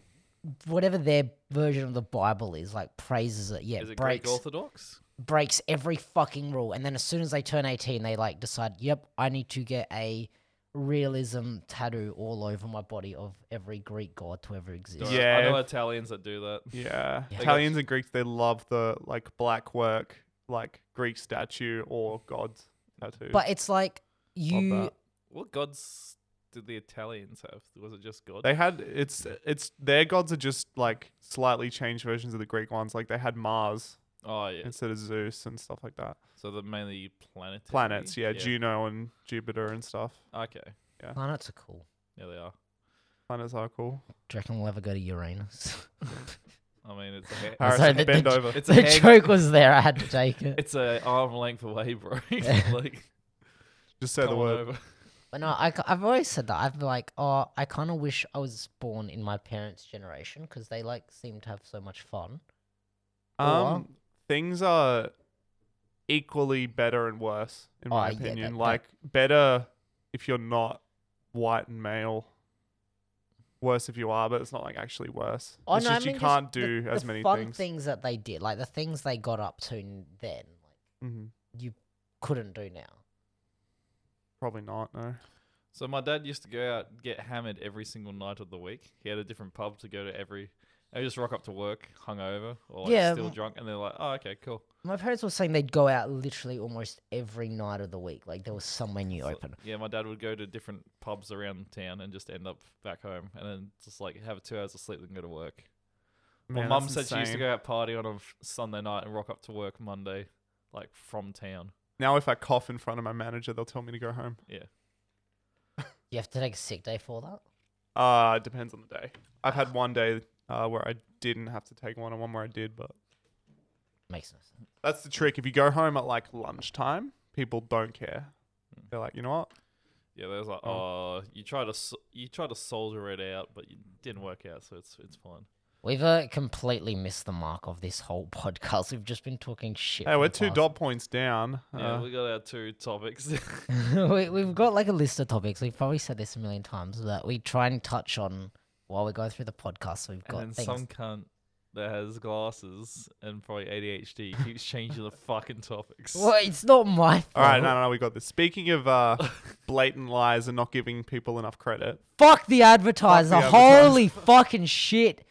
Speaker 1: whatever their version of the Bible is like praises it. Yeah,
Speaker 3: is it Greek
Speaker 1: breaks
Speaker 3: Orthodox?
Speaker 1: breaks every fucking rule. And then as soon as they turn 18, they like decide, yep, I need to get a realism tattoo all over my body of every Greek god to ever exist.
Speaker 3: Don't-
Speaker 2: Yeah.
Speaker 3: I know Italians that do that.
Speaker 2: Yeah,
Speaker 1: Yeah.
Speaker 2: Italians and Greeks they love the like black work, like Greek statue or gods tattoo.
Speaker 1: But it's like
Speaker 2: Love
Speaker 1: you.
Speaker 2: that.
Speaker 3: What gods did the Italians have? Was it just God?
Speaker 2: they had it's it's their gods are just like slightly changed versions of the Greek ones. Like they had Mars
Speaker 3: oh yeah,
Speaker 2: instead of Zeus and stuff like that.
Speaker 3: so they're mainly planetary.
Speaker 2: Planets, yeah, Juno and Jupiter and stuff.
Speaker 3: Okay,
Speaker 1: Planets are cool.
Speaker 3: yeah, they are.
Speaker 2: Planets are cool.
Speaker 1: Do you reckon we'll ever go to Uranus?
Speaker 3: I mean, it's a ha-
Speaker 1: Alright.
Speaker 2: *laughs* Paris,
Speaker 1: So the-
Speaker 2: bend
Speaker 1: the-
Speaker 2: over.
Speaker 3: *laughs* it's
Speaker 1: *laughs*
Speaker 3: a
Speaker 1: the
Speaker 3: hand-
Speaker 1: joke was there. I had to take
Speaker 2: *laughs*
Speaker 1: it.
Speaker 3: it's a arm length away, bro. *laughs*
Speaker 1: Yeah.
Speaker 3: like
Speaker 2: Just say the
Speaker 3: come on
Speaker 2: word.
Speaker 3: over.
Speaker 1: But no, I, have always said that. I've been like, oh, I kind of wish I was born in my parents' generation because they like seem to have so much fun. Or-
Speaker 2: Um, things are equally better and worse in my
Speaker 1: Oh, yeah, that-
Speaker 2: opinion.
Speaker 1: that-
Speaker 2: like better if you're not white and male. Worse if you are, but it's not like actually worse.
Speaker 1: Oh,
Speaker 2: it's
Speaker 1: no,
Speaker 2: just
Speaker 1: I mean,
Speaker 2: you
Speaker 1: just
Speaker 2: can't
Speaker 1: the-
Speaker 2: do
Speaker 1: the
Speaker 2: as many
Speaker 1: fun
Speaker 2: things.
Speaker 1: that they did, like the things they got up to n- then, like
Speaker 2: hmm
Speaker 1: couldn't do now.
Speaker 2: Probably not. No.
Speaker 3: So my dad used to go out get hammered every single night of the week. He had a different pub to go to every. I just rock up to work hungover or like
Speaker 1: Yeah,
Speaker 3: still
Speaker 1: m-
Speaker 3: drunk, and they're like, "Oh, okay, cool."
Speaker 1: My parents were saying they'd go out literally almost every night of the week. Like there was somewhere new
Speaker 3: So-
Speaker 1: open.
Speaker 3: Yeah, my dad would go to different pubs around town and just end up back home, and then just like have two hours of sleep and go to work.
Speaker 2: Man,
Speaker 3: my
Speaker 2: that's
Speaker 3: mum said she used to
Speaker 2: insane.
Speaker 3: go out party on a f- Sunday night and rock up to work Monday, like from town.
Speaker 2: Now, if I cough in front of my manager, they'll tell me to go home.
Speaker 1: You have to take a sick day for that.
Speaker 2: Uh depends on the day. I've had one day uh, where I didn't have to take one, and one where I did. But
Speaker 1: Makes no sense.
Speaker 2: that's the trick. If you go home at like lunchtime, people don't care. They're like, you know what?
Speaker 3: Yeah, there's like,
Speaker 1: Hmm.
Speaker 3: oh, you try to s you try to soldier it out, but it didn't work out, so it's it's fine.
Speaker 1: We've uh, completely missed the mark of this whole *laughs* podcast. We've just been talking shit.
Speaker 2: Hey,
Speaker 1: for
Speaker 2: we're
Speaker 1: the
Speaker 2: two
Speaker 1: past-
Speaker 2: dot points down.
Speaker 3: yeah,
Speaker 2: Uh,
Speaker 3: we got our two topics. *laughs*
Speaker 1: *laughs* we, we've got like a list of topics. We've probably said this a million times that we try and touch on while we're going through the podcast. So we've got
Speaker 3: and
Speaker 1: things.
Speaker 3: then some cunt that has glasses and probably ADHD keeps changing the fucking topics.
Speaker 1: Well, it's not my fault.
Speaker 2: all
Speaker 1: *laughs*
Speaker 2: right, no, no, no, we got this. Speaking of uh, blatant lies and not giving people enough credit,
Speaker 1: Fuck the advertiser.
Speaker 2: advertiser.
Speaker 1: Holy fucking shit.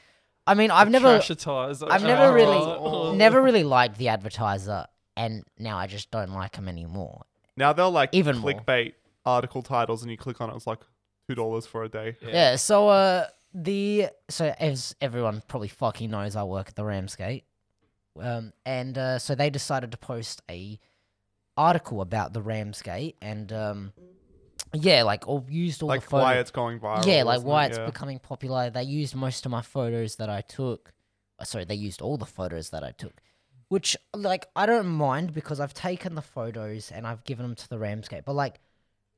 Speaker 1: I mean, I've never
Speaker 3: Trash attires.
Speaker 1: I've
Speaker 2: Oh,
Speaker 1: never
Speaker 2: oh.
Speaker 3: *laughs*
Speaker 1: really never really liked the advertiser and now I just don't like him anymore.
Speaker 2: now they'll like
Speaker 1: Even more.
Speaker 2: clickbait article titles, and you click on it, it's like two dollars for a day.
Speaker 1: Yeah, so uh the so as everyone probably fucking knows, I work at the Ramsgate, um, and uh, so they decided to post a article about the Ramsgate, and um, yeah, like all used all
Speaker 2: Like
Speaker 1: the photos.
Speaker 2: why it's going viral.
Speaker 1: yeah, like
Speaker 2: wasn't it?
Speaker 1: why it's
Speaker 2: Yeah.
Speaker 1: becoming popular. They used most of my photos that I took. uh, Sorry, they used all the photos that I took, which like I don't mind because I've taken the photos and I've given them to the Ramsgate. But like,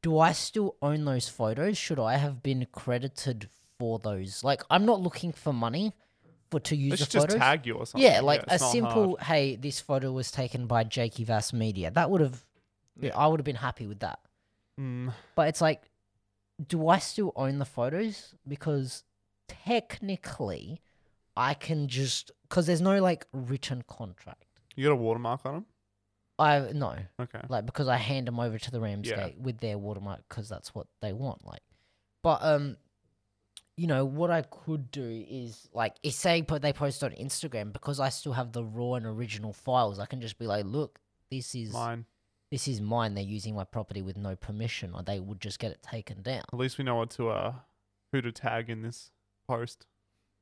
Speaker 1: do I still own those photos? Should I have been credited for those? Like, I'm not looking for money for to use
Speaker 2: They
Speaker 1: the
Speaker 2: should just
Speaker 1: photos.
Speaker 2: tag you or something.
Speaker 1: yeah, like a
Speaker 2: it's not
Speaker 1: simple
Speaker 2: hard.
Speaker 1: hey, this photo was taken by Jakey Vass Media. That would have,
Speaker 3: Yeah.
Speaker 1: I would have been happy with that.
Speaker 2: Mm,
Speaker 1: But it's like, do I still own the photos? Because technically, I can just because there's no like written contract.
Speaker 2: you got a watermark on them?
Speaker 1: I no,
Speaker 2: Okay.
Speaker 1: like because I hand them over to the Ramsgate
Speaker 2: Yeah.
Speaker 1: with their watermark because that's what they want. Like, but um, you know what I could do is like, if say put they post on Instagram because I still have the raw and original files. I can just be like, look, this is
Speaker 2: Mine.
Speaker 1: this is mine. They're using my property with no permission, or they would just get it taken down.
Speaker 2: At least we know what to uh who to tag in this post.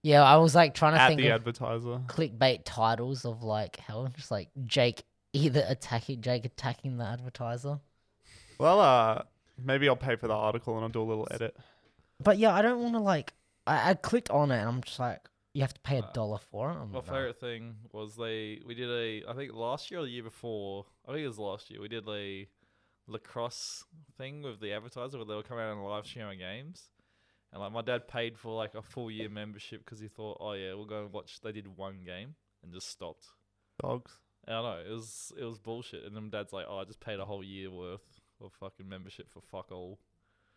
Speaker 1: Yeah, I was like trying to
Speaker 2: At
Speaker 1: think
Speaker 2: the
Speaker 1: of
Speaker 2: advertiser.
Speaker 1: clickbait titles of like how I'm just like Jake either attacking Jake attacking the advertiser.
Speaker 2: Well, uh maybe I'll pay for the article and I'll do a little edit.
Speaker 1: But yeah, I don't want to like I, I clicked on it and I'm just like you have to pay a
Speaker 3: Uh,
Speaker 1: dollar for it.
Speaker 2: Mm,
Speaker 1: I'm
Speaker 3: My
Speaker 1: like, "Nah."
Speaker 3: favorite thing was they we did a I think last year or the year before I think it was last year we did a lacrosse thing with the advertiser where they were coming out and live streaming games, and like my dad paid for like a full year membership because he thought oh yeah we'll go and watch they did one game and just stopped.
Speaker 2: Dogs.
Speaker 3: I don't know it was it was bullshit and then dad's like oh I just paid a whole year worth of fucking membership for fuck all.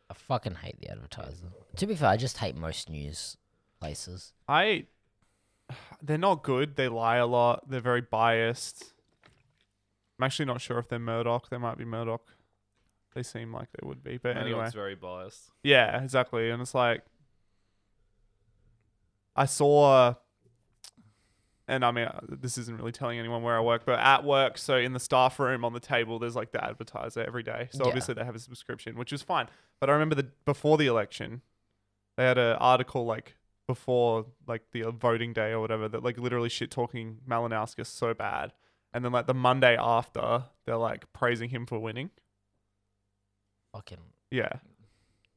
Speaker 1: I fucking hate the advertiser. To be fair, I just hate most news places.
Speaker 2: I they're not good. They lie a lot. They're very biased. I'm actually not sure if they're Murdoch. They might be Murdoch. They seem like they would be, but anyway.
Speaker 3: it's very biased.
Speaker 2: Yeah, exactly. And it's like I saw and I mean uh, this isn't really telling anyone where I work, but at work, so in the staff room on the table there's like the advertiser every day. So
Speaker 1: Yeah.
Speaker 2: obviously they have a subscription, which is fine. But I remember the before the election, they had an article like before like the uh, voting day or whatever that like literally shit talking Malinowskis so bad. And then like the Monday after, they're like praising him for winning.
Speaker 1: Fucking
Speaker 2: Yeah.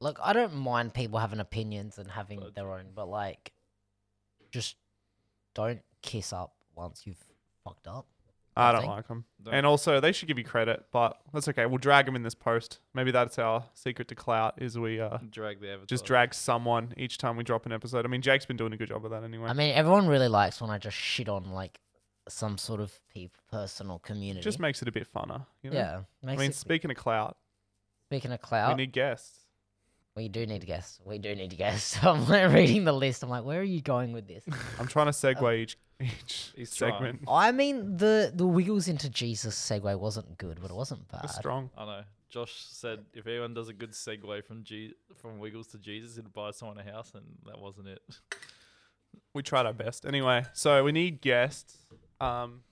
Speaker 1: look, I don't mind people having opinions and having
Speaker 3: But-
Speaker 1: their own, but like just don't kiss up once you've fucked up.
Speaker 2: I
Speaker 1: I
Speaker 2: don't
Speaker 1: think.
Speaker 2: like them.
Speaker 3: Don't-
Speaker 2: And also, they should give you credit, but that's okay. We'll drag them in this post. Maybe that's our secret to clout is we uh,
Speaker 3: Drag the advertiser.
Speaker 2: just drag someone each time we drop an episode. I mean, Jake's been doing a good job of that anyway.
Speaker 1: I mean, everyone really likes when I just shit on like some sort of peop person or community.
Speaker 2: it just makes it a bit funner. You know?
Speaker 1: yeah.
Speaker 2: I
Speaker 1: Makes
Speaker 2: mean,
Speaker 1: it-
Speaker 2: speaking of clout,
Speaker 1: speaking of clout,
Speaker 2: we
Speaker 1: we,
Speaker 2: need guests.
Speaker 1: do need to guess. We do need to guess. *laughs* So I'm like reading the list. I'm like, where are you going with
Speaker 2: *laughs*
Speaker 1: this?
Speaker 2: I'm trying to
Speaker 1: Uh,
Speaker 2: segue each *laughs* each
Speaker 3: He's trying.
Speaker 2: segment.
Speaker 1: I mean, the the Wiggles into Jesus segue wasn't good, but it wasn't bad.
Speaker 2: That's strong.
Speaker 3: I know. Josh said if anyone does a good segue from G- from Wiggles to Jesus, he'd buy someone a house, and that wasn't it.
Speaker 2: we tried our best. Anyway, so we need guests. Um,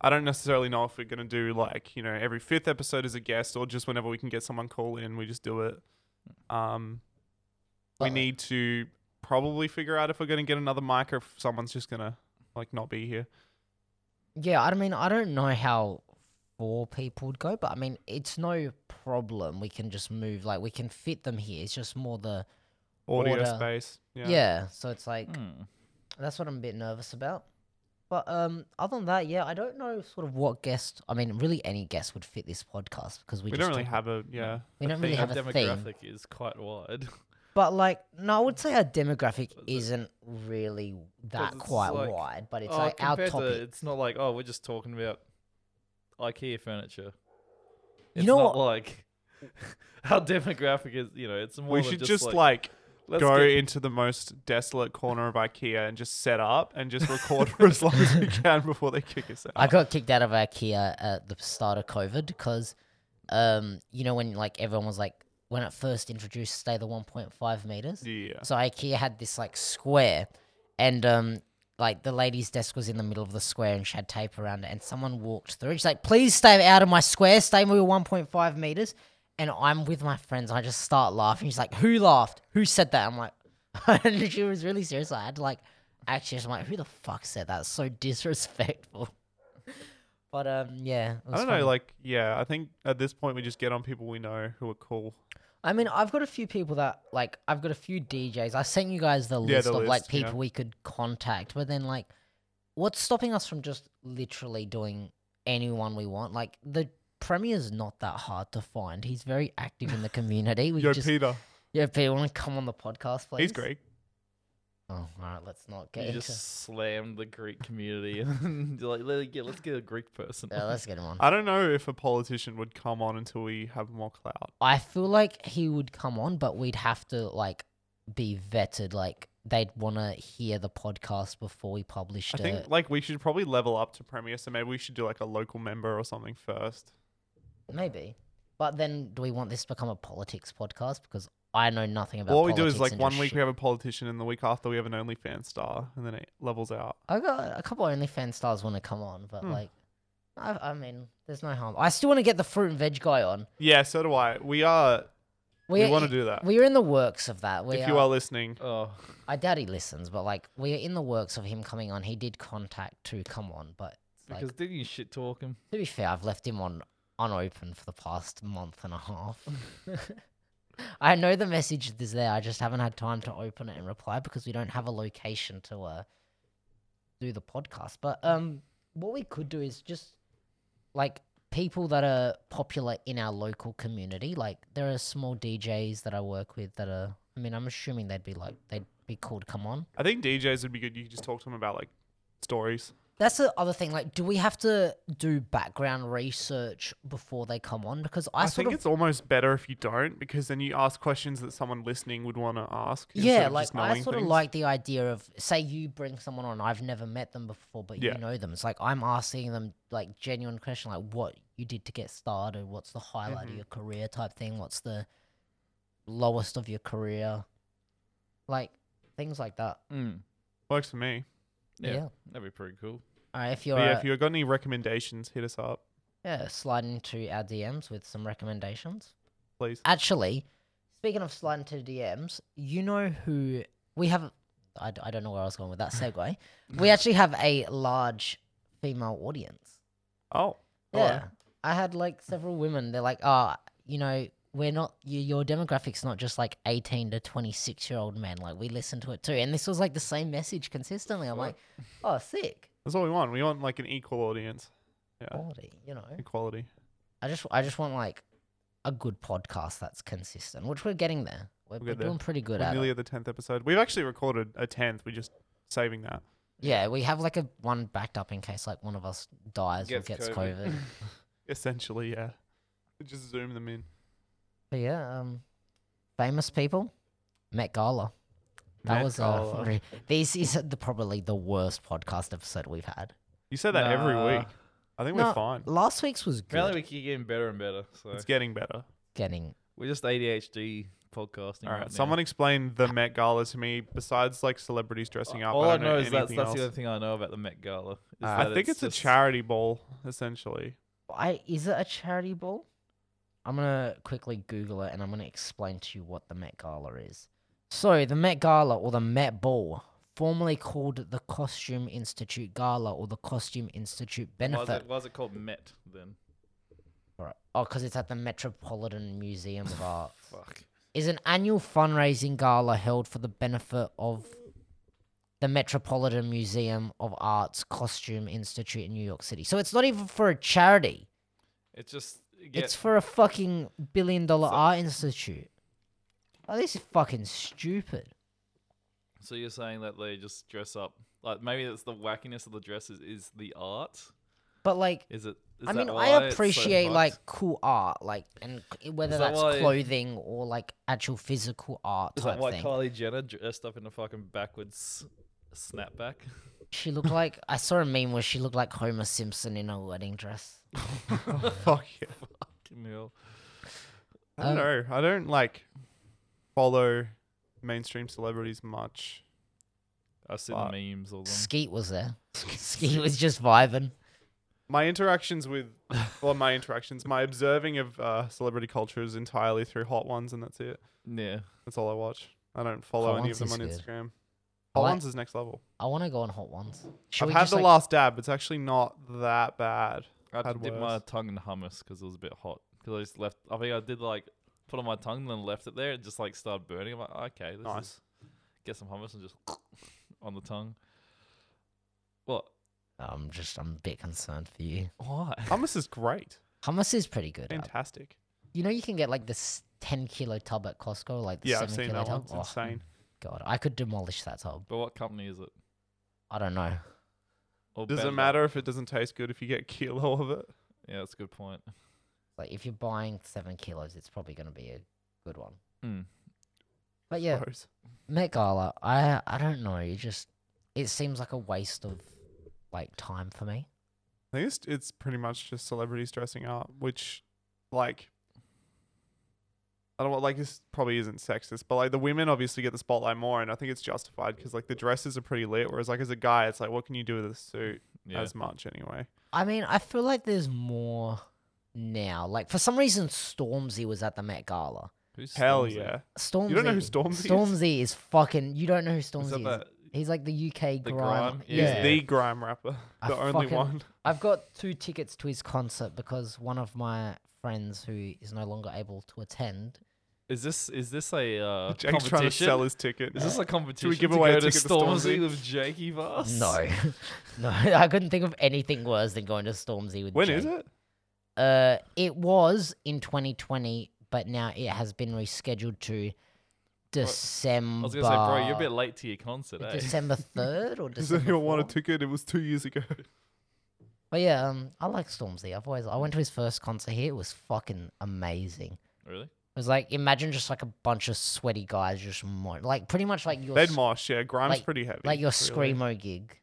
Speaker 2: I don't necessarily know if we're gonna do like you know every fifth episode is a guest or just whenever we can get someone call in, we just do it. Um, we
Speaker 1: But-
Speaker 2: need to probably figure out if we're gonna get another mic or if someone's just gonna like not be here.
Speaker 1: Yeah, I mean, I don't know how four people would go, but I mean, it's no problem. We can just move. Like, we can fit them here. It's just more the
Speaker 2: Audio
Speaker 1: Order.
Speaker 2: space. Yeah.
Speaker 1: yeah. so it's like That's what I'm a bit nervous about. But um, other than that, yeah, I don't know sort of what guest. I mean, really, any guest would fit this podcast because we,
Speaker 2: We
Speaker 1: just
Speaker 2: don't really
Speaker 1: talk-
Speaker 2: have a yeah.
Speaker 1: we don't really
Speaker 3: Our
Speaker 1: have a thing.
Speaker 3: demographic is quite wide.
Speaker 1: But like, no, I would say our demographic isn't really that
Speaker 3: it's
Speaker 1: quite
Speaker 3: like-
Speaker 1: wide. But it's
Speaker 3: Oh,
Speaker 1: like our
Speaker 3: compared to-
Speaker 1: topic.
Speaker 3: it's not like oh, we're just talking about IKEA furniture.
Speaker 1: You
Speaker 3: It's
Speaker 1: know
Speaker 3: not
Speaker 1: what-
Speaker 3: like *laughs* our demographic is. You know, it's more.
Speaker 2: We
Speaker 3: than
Speaker 2: should just
Speaker 3: just, like,
Speaker 2: like,
Speaker 3: let's
Speaker 2: go
Speaker 3: get-
Speaker 2: into the most desolate corner of IKEA and just set up
Speaker 1: *laughs*
Speaker 2: and just record for as long as we can before they kick us out.
Speaker 1: I got kicked out of IKEA at the start of COVID because, um, you know, when like everyone was like when it first introduced, stay the 1.5 meters.
Speaker 2: yeah.
Speaker 1: So IKEA had this like square, and um, like the lady's desk was in the middle of the square, and she had tape around it. And someone walked through. She's like, "Please stay out of my square. Stay within 1.5 meters." And I'm with my friends. And I just start laughing. She's like, *laughs* "Who laughed? Who said that?" I'm like, and she was really serious. I had to like, actually, I'm like, who the fuck said that? so *laughs* disrespectful. But um, yeah. it
Speaker 2: I
Speaker 1: was
Speaker 2: don't
Speaker 1: funny.
Speaker 2: know. Like, yeah, I think at this point we just get on people we know who are cool.
Speaker 1: I mean, I've got a few people that like I've got a few DJs. I sent you guys the
Speaker 2: Yeah,
Speaker 1: list
Speaker 2: the
Speaker 1: of like
Speaker 2: list, yeah.
Speaker 1: people we could contact, but then like what's stopping us from just literally doing anyone we want? Like the Premier's not that hard to find. He's very active
Speaker 2: *laughs*
Speaker 1: in the community. We
Speaker 2: Yo,
Speaker 1: just
Speaker 2: Peter,
Speaker 1: Yeah, Peter, wanna come on the podcast, please?
Speaker 2: he's Greek.
Speaker 1: Oh, all right, let's not get
Speaker 3: You
Speaker 1: into
Speaker 3: just slammed the Greek community. *laughs* and you're like, let, yeah, let's get a Greek person.
Speaker 1: *laughs* Yeah, let's get him on.
Speaker 2: I don't know if a politician would come on until we have more clout.
Speaker 1: I feel like he would come on, but we'd have to like be vetted. Like they'd want to hear the podcast before we published it.
Speaker 2: I think like we should probably level up to Premier, so maybe we should do like a local member or something first.
Speaker 1: Maybe. But then do we want this to become a politics podcast? Because I know nothing about
Speaker 2: what we do is
Speaker 1: politics
Speaker 2: like
Speaker 1: and
Speaker 2: one
Speaker 1: just
Speaker 2: week
Speaker 1: shit.
Speaker 2: we have a politician, and the week after we have an OnlyFans star, and then it levels out.
Speaker 1: I got a couple OnlyFans stars want to come on, but
Speaker 2: Hmm.
Speaker 1: like, I, I mean, there's no harm. I still want to get the fruit and veg guy on.
Speaker 2: Yeah, so do I. We are. We, want to do that.
Speaker 1: We're in the works of that. We
Speaker 2: if you are listening,
Speaker 3: Oh,
Speaker 1: I doubt he listens, but like, we're in the works of him coming on. He did contact to come on, but like,
Speaker 3: because didn't you shit talk him?
Speaker 1: to be fair, I've left him on unopened for the past month and a half. I know the message is there. I just haven't had time to open it and reply because we don't have a location to uh, do the podcast. But um, what we could do is just like people that are popular in our local community. Like there are small DJs that I work with that are. I mean, I'm assuming they'd be like they'd be cool to come on.
Speaker 2: I think DJs would be good. You could just talk to them about like stories.
Speaker 1: That's the other thing. Like, do we have to do background research before they come on? Because I,
Speaker 2: I,
Speaker 1: sort
Speaker 2: think
Speaker 1: of
Speaker 2: it's almost better if you don't, because then you ask questions that someone listening would want to ask. instead
Speaker 1: yeah,
Speaker 2: of
Speaker 1: like
Speaker 2: just
Speaker 1: I
Speaker 2: knowing
Speaker 1: sort of
Speaker 2: things.
Speaker 1: like the idea of say you bring someone on, I've never met them before, but
Speaker 2: Yeah.
Speaker 1: you know them. It's like I'm asking them like genuine question, like what you did to get started, what's the highlight
Speaker 2: Mm-hmm.
Speaker 1: of your career type thing, what's the lowest of your career, like things like that.
Speaker 2: Hmm.
Speaker 3: Mm.
Speaker 2: works for me.
Speaker 3: Yeah,
Speaker 1: Yeah.
Speaker 3: that'd be pretty cool.
Speaker 1: All right, if
Speaker 2: But
Speaker 1: you're
Speaker 2: yeah,
Speaker 1: yeah,
Speaker 2: if you got any recommendations, hit us up,
Speaker 1: yeah, slide into our DMs with some recommendations.
Speaker 2: please.
Speaker 1: Actually, speaking of sliding to DMs, you know who we have. I, d- I don't know where I was going with that segue.
Speaker 2: *laughs*
Speaker 1: we actually have a large female audience.
Speaker 2: Oh, hello.
Speaker 1: Yeah. I had like several women. They're like, oh, you know, we're not, you, your demographic's not just like 18 to 26 year old men. Like, we listen to it too. And this was like the same message consistently. I'm like, oh, sick.
Speaker 2: That's all we want. We want like an equal audience. Yeah.
Speaker 1: Quality, you know.
Speaker 2: Equality.
Speaker 1: I just, I just want like a good podcast that's consistent, which we're getting there. We're,
Speaker 2: We'll
Speaker 1: we're
Speaker 2: get there.
Speaker 1: doing pretty good
Speaker 2: We're
Speaker 1: at it.
Speaker 2: nearly at the tenth episode. We've actually recorded a tenth. We're just saving that. *laughs*
Speaker 1: Yeah, we have like a one backed up in case like one of us dies
Speaker 3: Gets
Speaker 1: or gets
Speaker 3: COVID.
Speaker 1: COVID.
Speaker 2: *laughs*
Speaker 3: *laughs*
Speaker 2: Essentially, yeah. Just zoom them in.
Speaker 1: but yeah, um, famous people, Met Gala. That
Speaker 2: Met
Speaker 1: was
Speaker 2: Gala.
Speaker 1: Uh, *laughs* re- this is the, probably the worst podcast episode we've had.
Speaker 2: You say that every
Speaker 3: Nah.
Speaker 2: week. I think
Speaker 1: No,
Speaker 2: we're fine.
Speaker 1: Last week's was good.
Speaker 3: Apparently, we keep getting better and better. So
Speaker 2: It's getting better.
Speaker 1: Getting
Speaker 3: we're just ADHD podcasting.
Speaker 2: All right.
Speaker 3: right now.
Speaker 2: Someone explain the Met Gala to me. Besides like celebrities dressing up,
Speaker 3: All
Speaker 2: I
Speaker 3: I
Speaker 2: don't know,
Speaker 3: know is that's,
Speaker 2: anything
Speaker 3: that's
Speaker 2: else. Uh,
Speaker 3: the only thing I know about the Met Gala. is
Speaker 1: Ah.
Speaker 2: I
Speaker 3: that
Speaker 2: think it's, a
Speaker 3: just-
Speaker 2: charity ball
Speaker 3: *laughs*
Speaker 2: essentially. *laughs*
Speaker 1: I is it a charity ball? I'm gonna quickly Google it and I'm gonna explain to you what the Met Gala is. So the Met Gala or the Met Ball, formerly called the Costume Institute Gala or the Costume Institute
Speaker 3: Why is,
Speaker 1: Benefit.
Speaker 3: it, why is it called Met then?
Speaker 1: Right. Oh, because it's at the Metropolitan Museum of Art.
Speaker 3: Fuck.
Speaker 1: Is an annual fundraising gala held for the benefit of the Metropolitan Museum of Art's Costume Institute in New York City. So it's not even for a charity.
Speaker 3: It's just yeah,
Speaker 1: It's for a fucking billion dollar
Speaker 3: So-
Speaker 1: art institute. Oh, this is fucking stupid.
Speaker 3: So you're saying that they just dress up? Like maybe it's the wackiness of the dresses is the art.
Speaker 1: But like,
Speaker 3: Is it? Is
Speaker 1: I
Speaker 3: that
Speaker 1: mean,
Speaker 3: why
Speaker 1: I
Speaker 3: it's so
Speaker 1: appreciate
Speaker 3: fucked?
Speaker 1: like cool art, like, and c- whether
Speaker 3: Is that
Speaker 1: that's
Speaker 3: why-
Speaker 1: clothing or like actual physical art
Speaker 3: Is
Speaker 1: type
Speaker 3: that why
Speaker 1: thing.
Speaker 3: Kylie Jenner dressed up in a fucking backwards snapback? *laughs*
Speaker 1: She looked like I saw a meme where she looked like Homer Simpson in a wedding dress.
Speaker 2: Fuck yeah.
Speaker 3: Fucking hell.
Speaker 2: I don't
Speaker 1: Um,
Speaker 2: know. I don't like follow mainstream celebrities much.
Speaker 3: I've seen
Speaker 2: Fuck.
Speaker 3: memes all
Speaker 1: *laughs*
Speaker 3: them.
Speaker 1: Skeet was there. Skeet was just vibing.
Speaker 2: My interactions with, well, my interactions, my observing of uh, celebrity culture is entirely through hot ones, and that's it.
Speaker 3: Yeah.
Speaker 2: That's all I watch. I don't follow any
Speaker 1: Collins
Speaker 2: of them
Speaker 1: is
Speaker 2: on
Speaker 1: good.
Speaker 2: Instagram.
Speaker 1: I like-
Speaker 2: Collins is next level.
Speaker 1: I want to go on hot ones. Should we
Speaker 2: I've had
Speaker 1: just,
Speaker 2: the
Speaker 1: like-
Speaker 2: last dab. It's actually not that bad.
Speaker 3: I
Speaker 2: Had
Speaker 3: dip my
Speaker 2: worse.
Speaker 3: tongue in hummus because it was a bit hot. Because I just left. I think I did like put on my tongue and then left it there. It just like started burning. I'm like, okay, this
Speaker 2: Nice.
Speaker 3: is, get some hummus and just *laughs* on the tongue. What?
Speaker 1: I'm just I'm a bit concerned for you.
Speaker 3: Why?
Speaker 2: *laughs*
Speaker 3: *laughs*
Speaker 2: Hummus is great.
Speaker 1: Hummus is pretty good. uh,
Speaker 2: Fantastic.
Speaker 1: You know you can get like this ten kilo tub at Costco, like the
Speaker 2: Yeah, I've
Speaker 1: seven
Speaker 2: seen
Speaker 1: kilo
Speaker 2: that one.
Speaker 1: tub.
Speaker 2: It's
Speaker 1: Oh,
Speaker 2: insane.
Speaker 1: God, I could demolish that tub.
Speaker 3: But what company is it?
Speaker 1: I don't know.
Speaker 3: Or
Speaker 2: Does
Speaker 3: better
Speaker 2: it
Speaker 3: yet-
Speaker 2: matter if it doesn't taste good if you get *laughs* a kilo of it?
Speaker 3: Yeah, that's a good point.
Speaker 1: Like if you're buying seven kilos, it's probably gonna be a good one.
Speaker 3: Mm.
Speaker 1: But yeah,
Speaker 2: Gross.
Speaker 1: Met Gala, I I don't know. It just it seems like a waste of like time for me.
Speaker 2: I think it's, it's pretty much just celebrities dressing up, which, like, I don't want, like, this probably isn't sexist, but, like, the women obviously get the spotlight more, and I think it's justified because, like, the dresses are pretty lit, whereas, like, as a guy, it's like, what can you do with a suit
Speaker 3: Yeah.
Speaker 2: as much anyway?
Speaker 1: I mean, I feel like there's more now. Like for some reason, Stormzy was at the Met Gala.
Speaker 3: Who's
Speaker 2: Hell
Speaker 3: Stormzy?
Speaker 2: yeah.
Speaker 1: Stormzy.
Speaker 2: You don't know who Stormzy, is?
Speaker 1: Stormzy is fucking. You don't know who
Speaker 3: Is
Speaker 1: Stormzy
Speaker 3: that
Speaker 1: is.
Speaker 3: that?
Speaker 1: He's like the UK
Speaker 3: The
Speaker 1: grime.
Speaker 3: grime? He's
Speaker 2: He's
Speaker 1: Yeah.
Speaker 2: the grime rapper,
Speaker 1: I
Speaker 2: the only
Speaker 1: fucking- *laughs*
Speaker 2: one.
Speaker 1: I've got two tickets to his concert because one of my friends who is no longer able to attend.
Speaker 3: Is this is this a uh,
Speaker 2: *laughs* Jake's trying to sell
Speaker 3: competition?
Speaker 2: his ticket.
Speaker 3: Is this a competition?
Speaker 2: give
Speaker 3: to
Speaker 2: away a
Speaker 3: go to
Speaker 2: ticket to Stormzy?
Speaker 3: Stormzy with Jakey Vass?
Speaker 1: No, *laughs* no, I couldn't think of anything worse than going to Stormzy with.
Speaker 2: When is
Speaker 1: Jake.
Speaker 2: it?
Speaker 1: Uh, it was in 2020, but now it has been rescheduled to December.
Speaker 3: I was gonna say, bro, you're a bit late to your concert.
Speaker 2: *laughs*
Speaker 3: Eh?
Speaker 1: December 3rd or
Speaker 2: Does
Speaker 1: December.
Speaker 2: anyone want a
Speaker 1: 4th?
Speaker 2: ticket? It was two
Speaker 1: *laughs*
Speaker 2: years ago. *laughs*
Speaker 1: But yeah, um, I like Stormzy. I've always I went to his first concert here. It was fucking amazing.
Speaker 3: Really?
Speaker 1: It was like imagine just like a bunch of sweaty guys just mo- like pretty much like your
Speaker 2: Bed
Speaker 1: s-
Speaker 2: mosh, yeah. Grime's
Speaker 1: like-
Speaker 2: pretty heavy.
Speaker 1: like your
Speaker 2: really.
Speaker 1: screamo gig.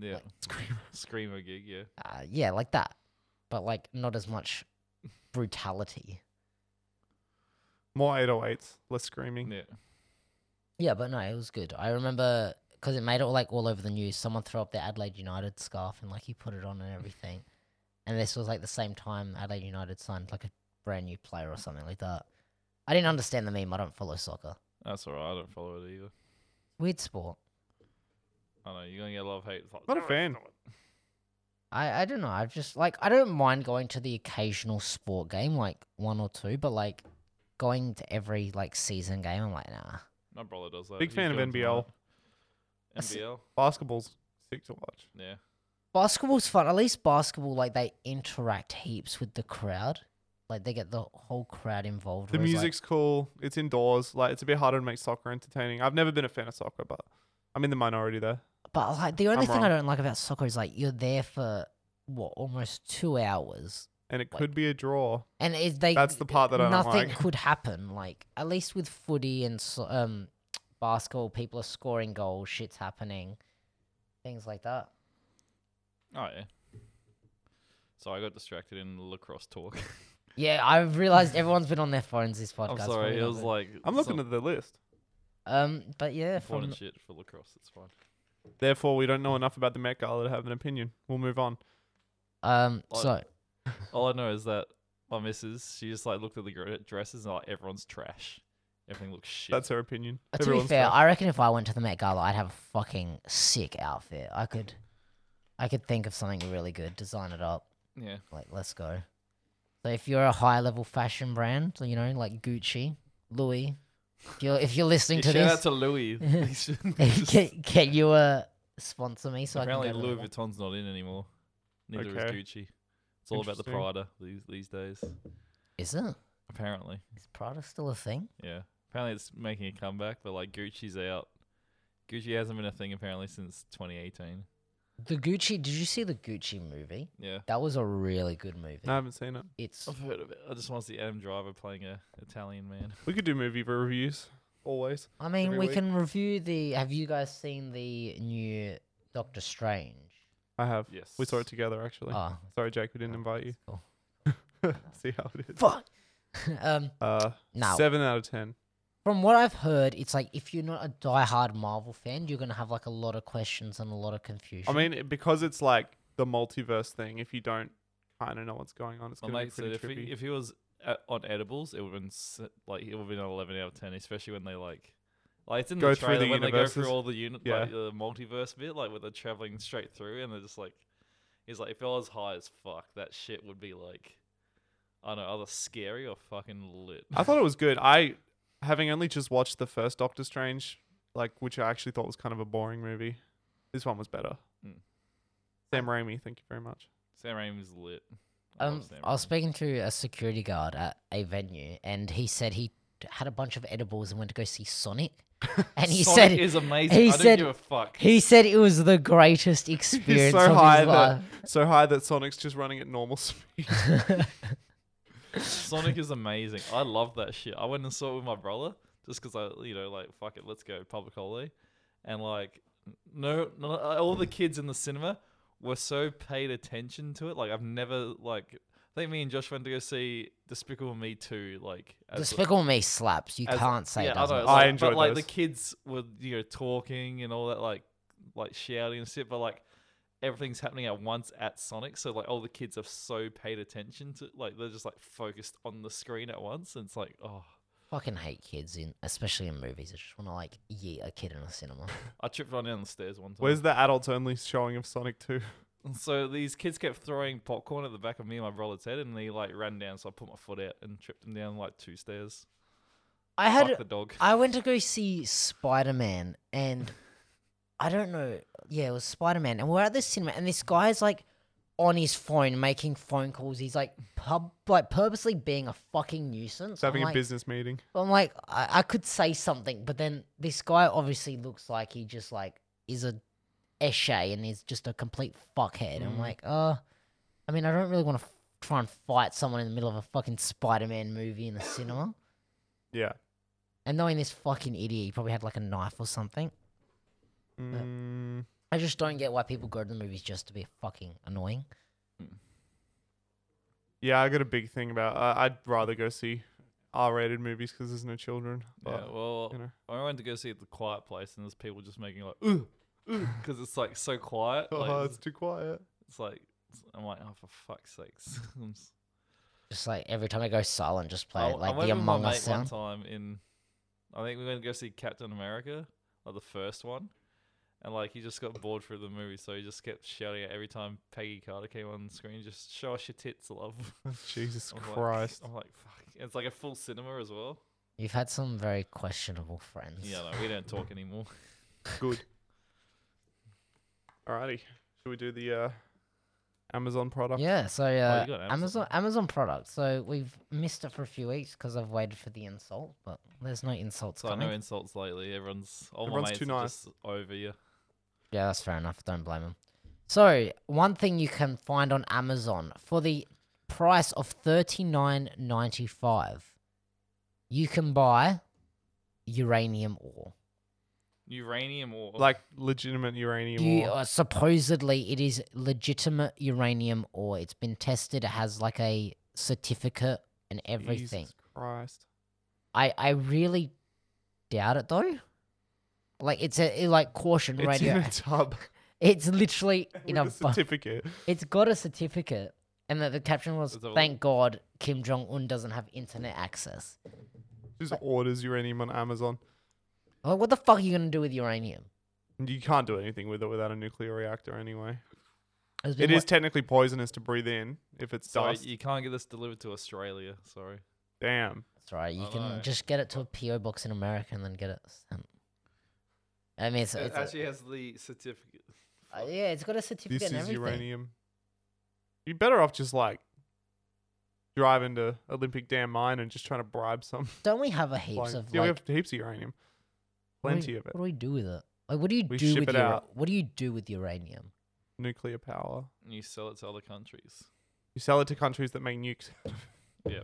Speaker 3: Yeah.
Speaker 1: Like-
Speaker 3: Screamer gig, yeah.
Speaker 1: Uh, yeah, like that, but like not as much brutality.
Speaker 2: More 808s, less screaming.
Speaker 3: Yeah.
Speaker 1: Yeah, but no, it was good. I remember because it made it like all over the news. Someone threw up their Adelaide United scarf and like he put it on and everything. And this was like the same time Adelaide United signed like a brand new player or something like that. I didn't understand the meme. I don't follow soccer.
Speaker 3: That's alright. I don't follow it either.
Speaker 1: Weird sport.
Speaker 3: I know you're gonna get a lot of hate. It's like,
Speaker 2: Not a fan.
Speaker 1: I, I don't know. I've just like I don't mind going to the occasional sport game, like one or two, but like going to every like season game, I'm like, nah.
Speaker 3: My brother does that.
Speaker 2: Big
Speaker 3: He's
Speaker 2: fan of
Speaker 3: going
Speaker 2: NBL.
Speaker 3: tonight. NBL.
Speaker 2: Basketball's sick to watch.
Speaker 3: Yeah.
Speaker 1: Basketball's fun. At least basketball, like they interact heaps with the crowd. Like they get the whole crowd involved.
Speaker 2: The
Speaker 1: whereas, like-
Speaker 2: music's cool. It's indoors. Like it's a bit harder to make soccer entertaining. I've never been a fan of soccer, but I'm in the minority there.
Speaker 1: but like the only
Speaker 2: I'm
Speaker 1: thing I
Speaker 2: wrong.
Speaker 1: don't like about soccer is like you're there for what almost two hours,
Speaker 2: And it
Speaker 1: Like-
Speaker 2: could be a draw.
Speaker 1: and it, they
Speaker 2: That's the part that I don't
Speaker 1: nothing
Speaker 2: like.
Speaker 1: could happen. Like at least with footy and so, um, basketball, people are scoring goals, shit's happening, things like that.
Speaker 3: Oh yeah. So I got distracted in lacrosse talk.
Speaker 1: Yeah, I've realized everyone's been on their phones
Speaker 2: *laughs*
Speaker 1: this podcast.
Speaker 3: *laughs* I'm
Speaker 1: probably
Speaker 3: sorry. It
Speaker 1: not
Speaker 3: was
Speaker 1: good.
Speaker 3: like
Speaker 2: I'm looking
Speaker 3: some
Speaker 2: at the list.
Speaker 1: um, but yeah, from
Speaker 3: important shit for lacrosse. It's fine.
Speaker 2: Therefore, we don't know enough about the Met Gala to have an opinion. We'll move on.
Speaker 1: um,
Speaker 3: Like-
Speaker 1: so
Speaker 3: All I know is that my missus, she just like looked at the gr- dresses and like everyone's trash. Everything looks shit.
Speaker 2: That's her opinion.
Speaker 1: Uh, to be
Speaker 2: Everyone's
Speaker 1: fair,
Speaker 2: got-
Speaker 1: I reckon if I went to the Met Gala, I'd have a fucking sick outfit. I could, I could think of something really good, design it up.
Speaker 3: yeah.
Speaker 1: Like, let's go. So if you're a high level fashion brand, you know, like Gucci, Louis, if you're if you're listening
Speaker 3: Yeah,
Speaker 1: to
Speaker 3: shout out
Speaker 1: this, *laughs*
Speaker 3: to Louis. *laughs* They should just-
Speaker 1: can, can you uh sponsor me so
Speaker 3: *laughs* apparently
Speaker 1: I can go to
Speaker 3: Louis
Speaker 1: the-
Speaker 3: Vuitton's not in anymore. Neither
Speaker 2: Okay.
Speaker 3: is Gucci. It's all about the
Speaker 2: Interesting.
Speaker 3: Prada these these days.
Speaker 1: Is it?
Speaker 3: Apparently,
Speaker 1: Is Prada still a thing?
Speaker 3: yeah. Apparently, it's making a comeback, but like Gucci's out. Gucci hasn't been a thing apparently since 2018.
Speaker 1: The Gucci. Did you see the Gucci movie?
Speaker 3: Yeah,
Speaker 1: That was a really good movie.
Speaker 2: No, I haven't seen it.
Speaker 1: It's
Speaker 3: I've heard of it. I just want to see Adam Driver playing a Italian man.
Speaker 2: We could do movie reviews always.
Speaker 1: I mean,
Speaker 2: Every
Speaker 1: we
Speaker 2: week.
Speaker 1: can review the. Have you guys seen the new Doctor Strange?
Speaker 2: I have.
Speaker 3: Yes,
Speaker 2: We saw it together actually.
Speaker 1: Oh,
Speaker 2: Sorry, Jake, we didn't
Speaker 1: oh,
Speaker 2: invite you.
Speaker 1: that's cool.
Speaker 2: *laughs* See how it is.
Speaker 1: Fuck. um,
Speaker 2: Uh,
Speaker 1: now,
Speaker 2: seven out of ten.
Speaker 1: from what I've heard, it's like if you're not a diehard Marvel fan, you're gonna have like a lot of questions and a lot of confusion.
Speaker 2: I mean, it- because it's like the multiverse thing. If you don't kind of know what's going on, it's
Speaker 3: My
Speaker 2: gonna be
Speaker 3: mate said
Speaker 2: pretty
Speaker 3: if
Speaker 2: trippy.
Speaker 3: he, if he was uh, on edibles, it would have been s- like it would have been an eleven out of ten, especially when they like. Like it's in
Speaker 2: Go
Speaker 3: the
Speaker 2: through
Speaker 3: trailer
Speaker 2: the
Speaker 3: when they go through
Speaker 2: universes.
Speaker 3: all the unit,
Speaker 2: Yeah.
Speaker 3: like the multiverse bit, like where they're traveling straight through, and they're just like, he's like, if I was high as fuck, that shit would be like, I don't know, either scary or fucking lit.
Speaker 2: I thought it was good. I having only just watched the first Doctor Strange, like which I actually thought was kind of a boring movie. This one was better.
Speaker 3: Mm.
Speaker 2: Sam Raimi, thank you very much.
Speaker 3: Sam Raimi's lit. I love
Speaker 1: Um,
Speaker 3: Sam
Speaker 1: I was
Speaker 3: Raimi.
Speaker 1: speaking to a security guard at a venue, and he said he had a bunch of edibles and went to go see
Speaker 2: *laughs*
Speaker 1: Sonic. And he
Speaker 3: Sonic
Speaker 1: said
Speaker 3: is amazing.
Speaker 1: he
Speaker 3: I
Speaker 1: said-
Speaker 3: don't
Speaker 1: *laughs*
Speaker 3: give a fuck.
Speaker 1: he said it was the greatest experience
Speaker 2: *laughs* He's so
Speaker 1: of
Speaker 2: high
Speaker 1: his life.
Speaker 2: that so high that Sonic's just running at normal speed.
Speaker 3: Sonic is amazing. I love that shit. I went and saw it with my brother just because I, you know, like fuck it, let's go public holiday, and like no, no, all the kids in the cinema were so paid attention to it. Like I've never like. I think me and Josh went to go see Despicable Me 2, like as-
Speaker 1: Despicable Me slaps. You
Speaker 3: as-
Speaker 1: can't say it
Speaker 3: yeah,
Speaker 1: doesn't.
Speaker 3: I, know,
Speaker 2: I
Speaker 3: like,
Speaker 2: enjoyed
Speaker 3: But like
Speaker 2: those.
Speaker 3: the kids were, you know, talking and all that, like, like shouting and shit. But like everything's happening at once at Sonic, so like all the kids have so paid attention to, like they're just like focused on the screen at once, and it's like, oh,
Speaker 1: fucking hate kids, in, especially in movies. I just want to like yeet a kid in a
Speaker 2: *laughs*
Speaker 1: cinema.
Speaker 3: I tripped on down the stairs one time.
Speaker 2: Where's the adults only showing of Sonic *laughs* 2?
Speaker 3: And *laughs* so these kids kept throwing popcorn at the back of me and my brother's head, and he like ran down. So I put my foot out and tripped him down like two stairs.
Speaker 1: I
Speaker 3: Fuck
Speaker 1: had
Speaker 3: the dog.
Speaker 1: I went to go see Spider Man, and I don't know. Yeah, it was Spider Man, and we're at the cinema, and this guy's like on his phone making phone calls. He's like pub, like purposely being a fucking nuisance.
Speaker 2: It's having
Speaker 1: I'm
Speaker 2: a
Speaker 1: like,
Speaker 2: business meeting.
Speaker 1: I'm like, I, I could say something, but then this guy obviously looks like he just like is a eshay and is just a complete fuckhead.
Speaker 2: Mm.
Speaker 1: I'm like, uh, I mean, I don't really want to f- try and fight someone in the middle of a fucking Spider-Man movie in the cinema.
Speaker 2: Yeah.
Speaker 1: And knowing this fucking idiot, he probably had like a knife or something.
Speaker 2: Mm,
Speaker 1: I just don't get why people go to the movies just to be fucking annoying.
Speaker 2: yeah, I got a big thing about. I I'd rather go see R-rated movies because there's no children. But,
Speaker 3: yeah, well,
Speaker 2: you know.
Speaker 3: I went to go see it at the quiet place, and there's people just making like, ooh, ooh, because it's like so quiet.
Speaker 2: *laughs* Oh,
Speaker 3: like,
Speaker 2: it's too
Speaker 3: *laughs*
Speaker 2: quiet.
Speaker 3: It's like it's- I'm like, oh for fuck's sakes. *laughs* I'm s-
Speaker 1: Just like every time I go silent, just play
Speaker 3: I-
Speaker 1: it,
Speaker 3: I
Speaker 1: like
Speaker 3: went
Speaker 1: the
Speaker 3: with my
Speaker 1: Among Us
Speaker 3: mate
Speaker 1: sound.
Speaker 3: One time in, I think we went to go see Captain America, like the first one, and like he just got bored through the movie, so he just kept shouting out every time Peggy Carter came on the screen, just show us your tits, love. *laughs*
Speaker 2: Jesus
Speaker 3: I'm like-
Speaker 2: Christ.
Speaker 3: I'm like, fuck. It's like a full cinema as well.
Speaker 1: You've had some very questionable friends.
Speaker 3: Yeah, no, we don't talk anymore.
Speaker 2: Good. Alrighty. Should we do the uh, Amazon product?
Speaker 1: Yeah, so uh,
Speaker 3: Oh, got
Speaker 1: Amazon.
Speaker 3: Amazon.
Speaker 1: Amazon product. So we've missed it for a few weeks because I've waited for the insult, but there's no insults
Speaker 3: So I
Speaker 1: coming.
Speaker 3: no insults lately. Everyone's all
Speaker 2: Everyone's
Speaker 3: my mates
Speaker 2: too
Speaker 3: are
Speaker 2: nice.
Speaker 3: just over you.
Speaker 1: Yeah, that's fair enough. Don't blame him. So one thing you can find on Amazon for the price of thirty nine ninety five, you can buy uranium ore.
Speaker 3: Uranium or
Speaker 2: Like legitimate uranium.
Speaker 1: You,
Speaker 2: ore.
Speaker 1: uh, supposedly, it is legitimate uranium ore. It's been tested. It has like a certificate and everything.
Speaker 2: Jesus Christ.
Speaker 1: I I really doubt it though. Like it's a it, like caution
Speaker 2: It's
Speaker 1: radio.
Speaker 2: *laughs* in a tub
Speaker 1: It's
Speaker 2: *laughs*
Speaker 1: literally *laughs* in
Speaker 2: with
Speaker 1: a,
Speaker 2: a
Speaker 1: bu-
Speaker 2: certificate.
Speaker 1: It's got a certificate, and the, the caption was,
Speaker 3: Let's have a
Speaker 1: "Thank God Kim Jong Un doesn't have internet access."
Speaker 2: Just orders uranium on Amazon.
Speaker 1: Like, what the fuck are you gonna do with uranium?
Speaker 2: You can't do anything with it without a nuclear reactor anyway.
Speaker 1: It's been
Speaker 2: It is
Speaker 1: what-
Speaker 2: technically poisonous to breathe in if it's
Speaker 3: sorry,
Speaker 2: dust.
Speaker 3: you can't get this delivered to Australia. Sorry.
Speaker 2: Damn.
Speaker 1: That's right. You
Speaker 3: I
Speaker 1: can
Speaker 3: know.
Speaker 1: just get it to a PO box in America and then get it sent. I mean, it's,
Speaker 3: It
Speaker 1: it's a-
Speaker 3: actually has the certificate.
Speaker 1: uh, yeah, it's got a certificate
Speaker 2: This
Speaker 1: and
Speaker 2: is
Speaker 1: everything.
Speaker 2: uranium. You're better off just like driving to Olympic Dam mine and just trying to bribe some.
Speaker 1: Don't we have a heaps
Speaker 2: like-
Speaker 1: of
Speaker 2: yeah, we
Speaker 1: like
Speaker 2: have heaps of uranium.
Speaker 1: what do we-
Speaker 2: Plenty of it.
Speaker 1: What do we do with it? Like, what do you
Speaker 2: We
Speaker 1: do
Speaker 2: ship
Speaker 1: with
Speaker 2: it
Speaker 1: ura-
Speaker 2: out.
Speaker 1: what do you do with uranium?
Speaker 2: Nuclear power.
Speaker 3: And you sell it to other countries.
Speaker 2: You sell it to countries that make nukes. *laughs*
Speaker 3: Yeah.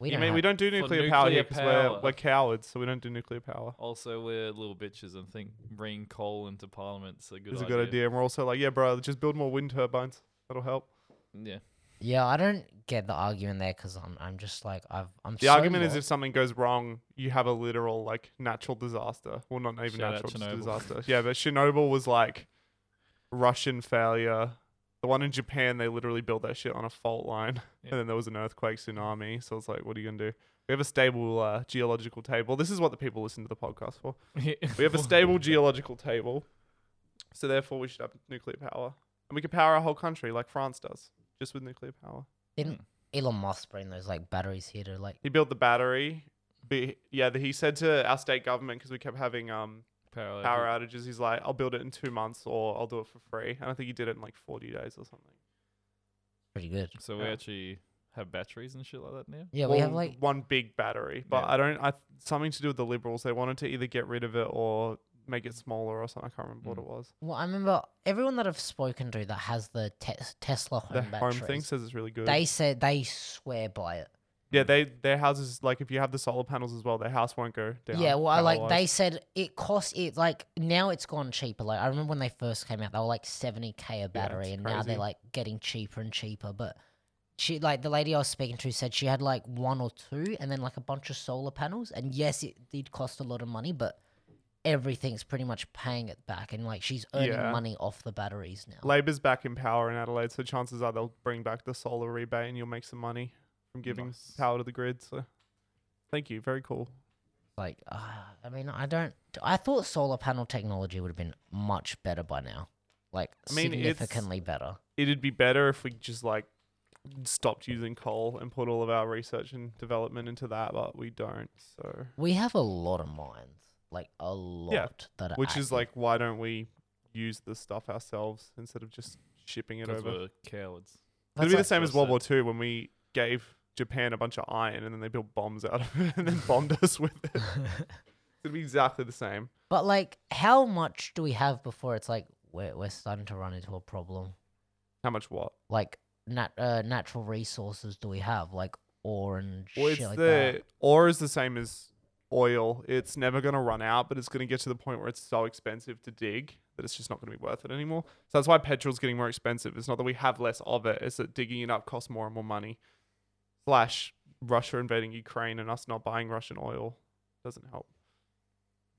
Speaker 1: We
Speaker 2: you
Speaker 1: don't
Speaker 2: mean
Speaker 1: have-
Speaker 2: we don't do nuclear,
Speaker 3: nuclear
Speaker 2: power here because we're,
Speaker 3: power.
Speaker 2: we're cowards, so we don't do nuclear power.
Speaker 3: Also, we're little bitches and think bringing coal into parliament's a good
Speaker 2: It's a
Speaker 3: idea.
Speaker 2: good idea. And we're also like, yeah, bro, just build more wind turbines. That'll help.
Speaker 3: Yeah.
Speaker 1: Yeah, I don't get the argument there because I'm I'm just like I've I'm.
Speaker 2: The
Speaker 1: so
Speaker 2: argument is
Speaker 1: lo-
Speaker 2: if something goes wrong, you have a literal like natural disaster. Well, not even
Speaker 3: Shout out
Speaker 2: natural just
Speaker 3: Chernobyl.
Speaker 2: disaster. Yeah, but Chernobyl was like Russian failure, The one in Japan, they literally built that shit on a fault line,
Speaker 3: Yeah.
Speaker 2: and then there was an earthquake, tsunami. So it's like, what are you gonna do? We have a stable uh, geological table. This is what the people listen to the podcast for. *laughs* We
Speaker 3: *laughs*
Speaker 2: have a stable geological table, so therefore we should have nuclear power, and we could power our whole country like France does, just with nuclear power.
Speaker 1: Didn't Elon Musk bring those like batteries here to like?
Speaker 2: He built the battery. But yeah, he said to our state government because we kept having um,
Speaker 3: Parallel.
Speaker 2: power outages. He's like, I'll build it in two months or I'll do it for free. And I think he did it in like 40 days or something.
Speaker 1: Pretty good.
Speaker 3: So we
Speaker 2: Yeah.
Speaker 3: actually have batteries and shit like that now.
Speaker 1: Yeah, we have
Speaker 2: Well,
Speaker 1: like
Speaker 2: one big battery, but
Speaker 3: Yeah.
Speaker 2: I don't. I something to do with the liberals. They wanted to either get rid of it or make it smaller or something. I can't remember what
Speaker 3: Mm.
Speaker 2: it was.
Speaker 1: Well, I remember everyone that I've spoken to that has the te- Tesla home
Speaker 2: The home
Speaker 1: batteries.
Speaker 2: thing says it's really good.
Speaker 1: they said they swear by it.
Speaker 2: yeah, they their houses like if you have the solar panels as well, their house won't go down.
Speaker 1: yeah, well, I like
Speaker 2: power-wise.
Speaker 1: they said it cost it like now it's gone cheaper. Like I remember when they first came out, they were like seventy k a battery,
Speaker 2: it's
Speaker 1: and now they're
Speaker 2: crazy.
Speaker 1: like getting cheaper and cheaper. But she, like the lady I was speaking to, said she had like one or two, and then like a bunch of solar panels. And yes, it did cost a lot of money, but everything's pretty much paying it back, and like she's earning
Speaker 2: Yeah.
Speaker 1: money off the batteries now.
Speaker 2: Labor's back in power in Adelaide, so chances are they'll bring back the solar rebate and you'll make some money from giving
Speaker 3: Nice.
Speaker 2: power to the grid. So thank you. Very cool.
Speaker 1: like uh, i mean i don't i thought solar panel technology would have been much better by now like
Speaker 2: I mean, it's-
Speaker 1: significantly better
Speaker 2: It'd be better if we just like stopped using coal and put all of our research and development into that, but we don't. So
Speaker 1: we have a lot of mines like a lot that are
Speaker 2: which is
Speaker 1: active.
Speaker 2: like why don't we use the stuff ourselves instead of just shipping it
Speaker 3: Because
Speaker 2: over?
Speaker 3: we're cowards.
Speaker 2: It'd
Speaker 1: That's
Speaker 2: be the
Speaker 1: like-
Speaker 2: same as
Speaker 3: Just
Speaker 2: World
Speaker 3: that-
Speaker 2: War Two when we gave Japan a bunch of iron and then they built bombs out of it *laughs* and then bombed us with it. It'd be exactly the same.
Speaker 1: *laughs* but like how much do we have before it's like we're, we're starting to run into a problem
Speaker 2: How much what?
Speaker 1: like nat- uh, natural resources do we have like ore and
Speaker 2: Well, it's
Speaker 1: shit like
Speaker 2: the ore is the same as oil. It's never going to run out, but it's going to get to the point where it's so expensive to dig that it's just not going to be worth it anymore. So that's why petrol's getting more expensive. It's not that we have less of it; it's that digging it up costs more and more money. Slash, Russia invading Ukraine and us not buying Russian oil doesn't help.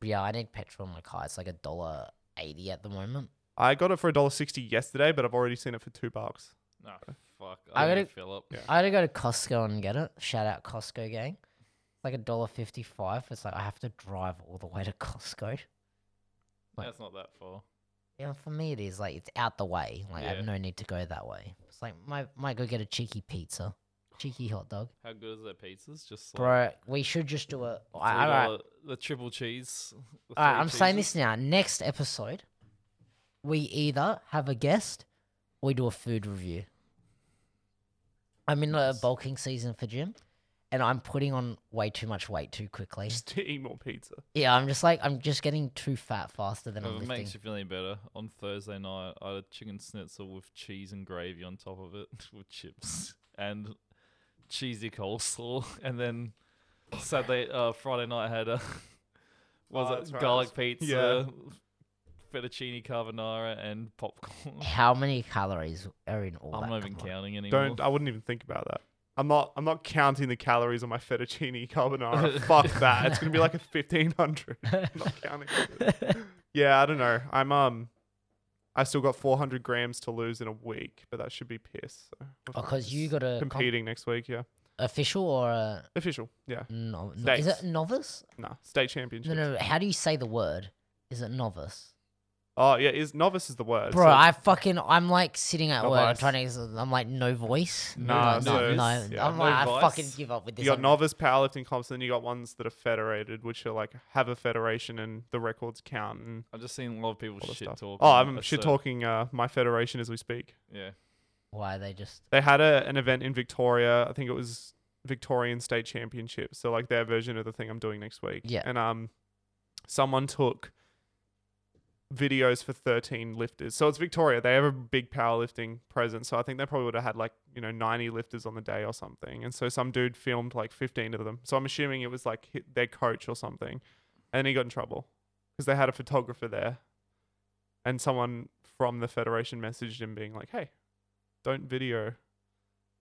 Speaker 1: that yeah i need petrol in my car it's like a dollar 80 at the moment
Speaker 2: I got it for $1.60 yesterday, but I've already seen it for two bucks.
Speaker 3: Nah, fuck.
Speaker 1: I
Speaker 3: I, gotta
Speaker 1: gotta-
Speaker 3: fill up.
Speaker 2: Yeah.
Speaker 1: I had to go to Costco and get it. Shout out Costco gang. It's like a dollar fifty five. It's like I have to drive all the way to Costco. Like-
Speaker 3: That's not that far.
Speaker 1: Yeah, for me it is like it's out the way. Like I
Speaker 3: Yeah.
Speaker 1: have no need to go that way. It's like might might go get a cheeky pizza, cheeky hot dog,
Speaker 3: How good is their pizzas? Just like
Speaker 1: bro. We should just do it. All right, all right, all
Speaker 3: $3 the triple cheese. the
Speaker 1: right.
Speaker 3: three
Speaker 1: I'm saying
Speaker 3: cheeses.
Speaker 1: this now. Next episode, we either have a guest, or we do a food review. I'm in a
Speaker 3: Yes.
Speaker 1: bulking season for gym, and I'm putting on way too much weight too quickly.
Speaker 2: Just to eat more pizza.
Speaker 1: Yeah, I'm just like I'm just getting too fat faster than
Speaker 3: If
Speaker 1: I'm
Speaker 3: it
Speaker 1: lifting.
Speaker 3: makes you feel any better, on Thursday night I had a chicken schnitzel with cheese and gravy on top of it, *laughs* with chips and cheesy coleslaw, *laughs* and then Saturday, uh, Friday night I had a *laughs*
Speaker 2: Oh,
Speaker 3: was
Speaker 2: that's
Speaker 3: it
Speaker 2: right,
Speaker 3: garlic
Speaker 2: that's-
Speaker 3: pizza,
Speaker 2: yeah.
Speaker 3: fettuccine carbonara, and popcorn.
Speaker 1: How many calories are in *laughs* all
Speaker 3: I'm
Speaker 1: that?
Speaker 3: not even
Speaker 1: combined?
Speaker 3: counting anymore.
Speaker 2: Don't I wouldn't even think about that. I'm not I'm not counting the calories on my fettuccine *laughs* carbonara.
Speaker 1: *laughs*
Speaker 2: Fuck that. It's gonna be like a fifteen hundred. not counting. it. Yeah, I don't know. I'm um I still got four hundred grams to lose in a week, but that should be piss. So we'll
Speaker 1: *laughs* Oh,
Speaker 2: fucking
Speaker 1: 'cause you
Speaker 2: just
Speaker 1: got a comp-
Speaker 2: competing next week, yeah.
Speaker 1: official or a
Speaker 2: Official, yeah.
Speaker 1: no, no- Is
Speaker 2: States.
Speaker 1: it novice?
Speaker 2: Nah. State
Speaker 1: No,
Speaker 2: championship.
Speaker 1: no. How do you say the word? Is it novice?
Speaker 2: Oh yeah, is novice is the word.
Speaker 1: Bro,
Speaker 2: so-
Speaker 1: I fucking I'm like sitting at work, I'm
Speaker 2: Novice.
Speaker 1: trying to. I'm like no voice.
Speaker 3: No
Speaker 1: Like, no,
Speaker 3: voice,
Speaker 1: no.
Speaker 2: yeah.
Speaker 1: I'm
Speaker 3: No
Speaker 1: like I
Speaker 3: voice.
Speaker 1: fucking give up with this. *laughs*
Speaker 2: you got
Speaker 1: I'm-
Speaker 2: novice powerlifting comps, and then you got ones that are federated, which are like have a federation and the records count and
Speaker 3: I've just seen a lot of people
Speaker 2: all this
Speaker 3: shit
Speaker 2: stuff.
Speaker 3: talk.
Speaker 2: Oh,
Speaker 3: on
Speaker 2: I'm
Speaker 3: a
Speaker 2: shit
Speaker 3: cer-
Speaker 2: talking uh, my federation as we speak.
Speaker 3: Yeah,
Speaker 1: Why they just?
Speaker 2: They had a, an event in Victoria. I think it was Victorian State Championship. So like their version of the thing I'm doing next week.
Speaker 1: Yeah.
Speaker 2: And um, someone took videos for 13 lifters. So it's Victoria. They have a big powerlifting presence. So I think they probably would have had like you know 90 lifters on the day or something. And so some dude filmed like 15 of them. So I'm assuming it was like hi- their coach or something. And he got in trouble because they had a photographer there, and someone from the federation messaged him being like, "Hey, don't video." And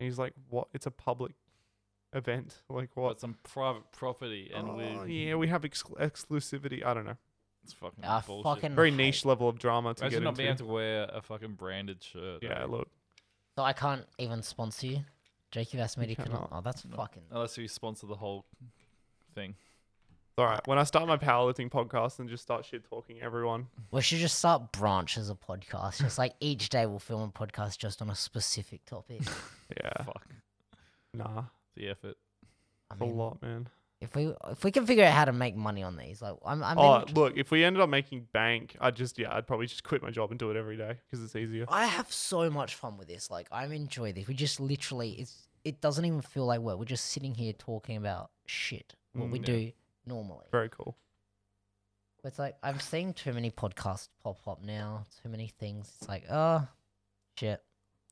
Speaker 2: he's like, "What? It's a public event. Like
Speaker 3: but
Speaker 2: what?"
Speaker 3: some private property, and
Speaker 2: Oh,
Speaker 3: we
Speaker 2: yeah, we have exclu- exclusivity. I don't know.
Speaker 3: It's fucking
Speaker 1: I
Speaker 3: bullshit.
Speaker 1: Ah, fucking
Speaker 2: Very
Speaker 1: hate-
Speaker 2: niche level of drama to
Speaker 3: Mm. Imagine
Speaker 2: get
Speaker 3: not being able
Speaker 2: into.
Speaker 3: to wear a fucking branded shirt.
Speaker 2: Yeah,
Speaker 3: like,
Speaker 2: look.
Speaker 1: So I can't even sponsor you. Jake, you've asked me to cannot.
Speaker 2: cannot.
Speaker 1: Oh, that's fucking.
Speaker 3: unless you sponsor the whole thing.
Speaker 2: All right. When I start my powerlifting podcast and just start shit talking everyone,
Speaker 3: *laughs*
Speaker 1: We should just start branch as a podcast. Just like each day we'll film a podcast just on a specific
Speaker 2: *laughs*
Speaker 1: topic.
Speaker 2: yeah,
Speaker 3: Fuck
Speaker 2: nah,
Speaker 3: the effort.
Speaker 1: I
Speaker 2: a
Speaker 1: mean,
Speaker 2: lot, man.
Speaker 1: if we if we can figure out how to make money on these, like I'm, I mean,
Speaker 2: Oh, look, if we ended up making bank, I'd just yeah, I'd probably just quit my job and do it every day because it's easier.
Speaker 1: I have so much fun with this. Like I'm enjoying this. We just literally it's it doesn't even feel like work. We're just sitting here talking about shit what
Speaker 2: Mm,
Speaker 1: we
Speaker 2: yeah.
Speaker 1: do normally.
Speaker 2: Very cool.
Speaker 1: But it's like I'm seeing too many podcasts pop up now. Too many things. It's like oh shit.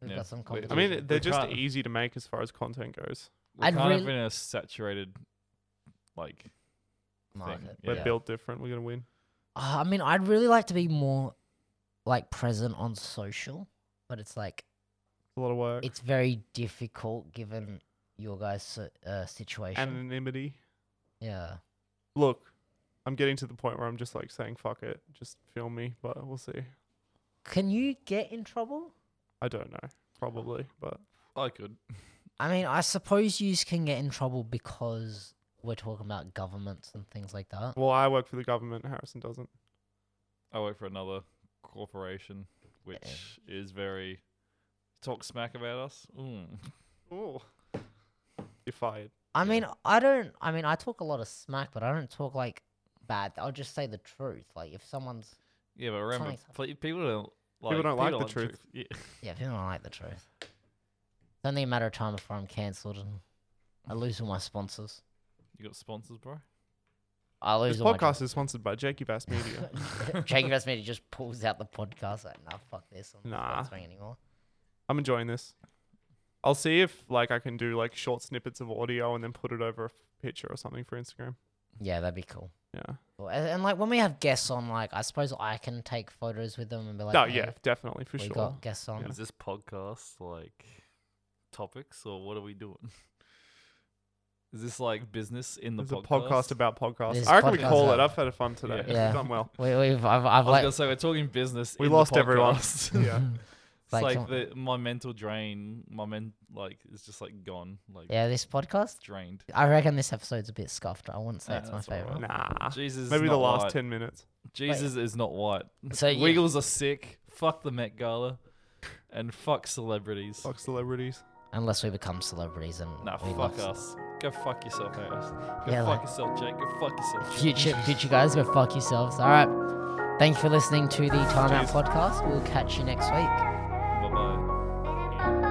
Speaker 1: We've
Speaker 3: Yeah.
Speaker 1: got some
Speaker 3: Wait,
Speaker 1: competition.
Speaker 2: I
Speaker 3: We
Speaker 2: mean, they're just
Speaker 3: can't-
Speaker 2: easy to make as far as content goes.
Speaker 3: We're
Speaker 1: I'd
Speaker 3: kind of
Speaker 1: really-
Speaker 3: in a saturated, like
Speaker 1: market.
Speaker 2: We're
Speaker 3: Yeah.
Speaker 2: built different. We're gonna win.
Speaker 1: Uh, I mean, I'd really like to be more like present on social, but it's like
Speaker 2: It's a lot of work.
Speaker 1: it's very difficult given your guys' si- uh, situation.
Speaker 2: Anonymity.
Speaker 1: yeah.
Speaker 2: Look, I'm getting to the point where I'm just like saying fuck it, just film me. But we'll see.
Speaker 1: Can you get in trouble?
Speaker 2: I don't know. Probably, but
Speaker 3: I could.
Speaker 1: I mean, I suppose you can get in trouble because we're talking about governments and things like that.
Speaker 2: well, I work for the government. Harrison doesn't.
Speaker 3: I work for another corporation, which
Speaker 1: Eh.
Speaker 3: is very talk smack about us. Mm.
Speaker 2: Oh, you're fired.
Speaker 1: I mean, I don't. I mean, I talk a lot of smack, but I don't talk like bad. I'll just say the truth. Like if someone's
Speaker 3: Yeah, but remember,
Speaker 1: Something's
Speaker 3: pl- people don't like
Speaker 2: don't like the
Speaker 3: Yeah. *laughs*
Speaker 1: yeah, people don't like the truth. It's only a matter of time before I'm cancelled and I lose all my sponsors.
Speaker 3: You got sponsors, bro?
Speaker 1: I lose
Speaker 2: This
Speaker 1: all my
Speaker 2: podcast is sponsored by Jakey
Speaker 1: *laughs*
Speaker 2: Bass Media.
Speaker 1: jobs. Jacob asked me to just pulls out the podcast. Like, nah, fuck this. I'm
Speaker 2: Nah.
Speaker 1: not sponsoring anymore.
Speaker 2: I'm enjoying this. I'll see if like I can do like short snippets of audio and then put it over a f- picture or something for Instagram.
Speaker 1: Yeah, that'd be cool.
Speaker 2: Yeah.
Speaker 1: Cool. And, and like when we have guests on, like I suppose I can take photos with them and be like,
Speaker 3: Oh,
Speaker 2: no,
Speaker 1: "Hey,
Speaker 2: yeah, definitely for
Speaker 1: we
Speaker 2: sure.
Speaker 1: got guests on.
Speaker 3: Is this podcast like topics or what are we doing? Is this like business in the
Speaker 2: There's a
Speaker 3: podcast?
Speaker 2: podcast about podcasts.
Speaker 1: This
Speaker 2: I reckon we
Speaker 1: podcast
Speaker 2: call it.
Speaker 1: about-
Speaker 2: I've had fun today.
Speaker 3: Yeah.
Speaker 2: Yeah.
Speaker 1: Yeah.
Speaker 2: We've done well.
Speaker 1: We, we've I've, I've
Speaker 3: I was
Speaker 1: like
Speaker 3: gonna say we're talking business.
Speaker 2: We
Speaker 3: in the
Speaker 2: lost everyone.
Speaker 3: podcast. *laughs*
Speaker 2: Yeah.
Speaker 3: it's
Speaker 1: Like
Speaker 3: like,
Speaker 1: some-
Speaker 3: the, my mental drain. My men like is just like gone. Like
Speaker 1: yeah, this podcast.
Speaker 3: drained.
Speaker 1: I reckon this episode's a bit scuffed. I wouldn't say
Speaker 3: Nah,
Speaker 1: it's my
Speaker 3: that's all right.
Speaker 1: favorite.
Speaker 2: *laughs* Nah.
Speaker 3: Jesus, is
Speaker 2: Maybe the
Speaker 3: not
Speaker 2: last
Speaker 3: white.
Speaker 2: 10 minutes.
Speaker 3: Jesus is not white.
Speaker 1: So yeah,
Speaker 3: Wiggles are sick. Fuck the Met Gala, and fuck celebrities.
Speaker 2: Fuck celebrities.
Speaker 1: unless we become celebrities and
Speaker 3: Nah,
Speaker 1: we
Speaker 3: fuck
Speaker 1: love-
Speaker 3: us. Go fuck yourself, Harris. Go
Speaker 1: Yeah,
Speaker 3: fuck
Speaker 1: like-
Speaker 3: yourself, Jake. Go fuck yourself.
Speaker 1: future future guys, go fuck yourselves. All right. Thank you for listening to the Time Out
Speaker 2: Cheers.
Speaker 1: podcast. We'll catch you next week.
Speaker 3: Bye bye.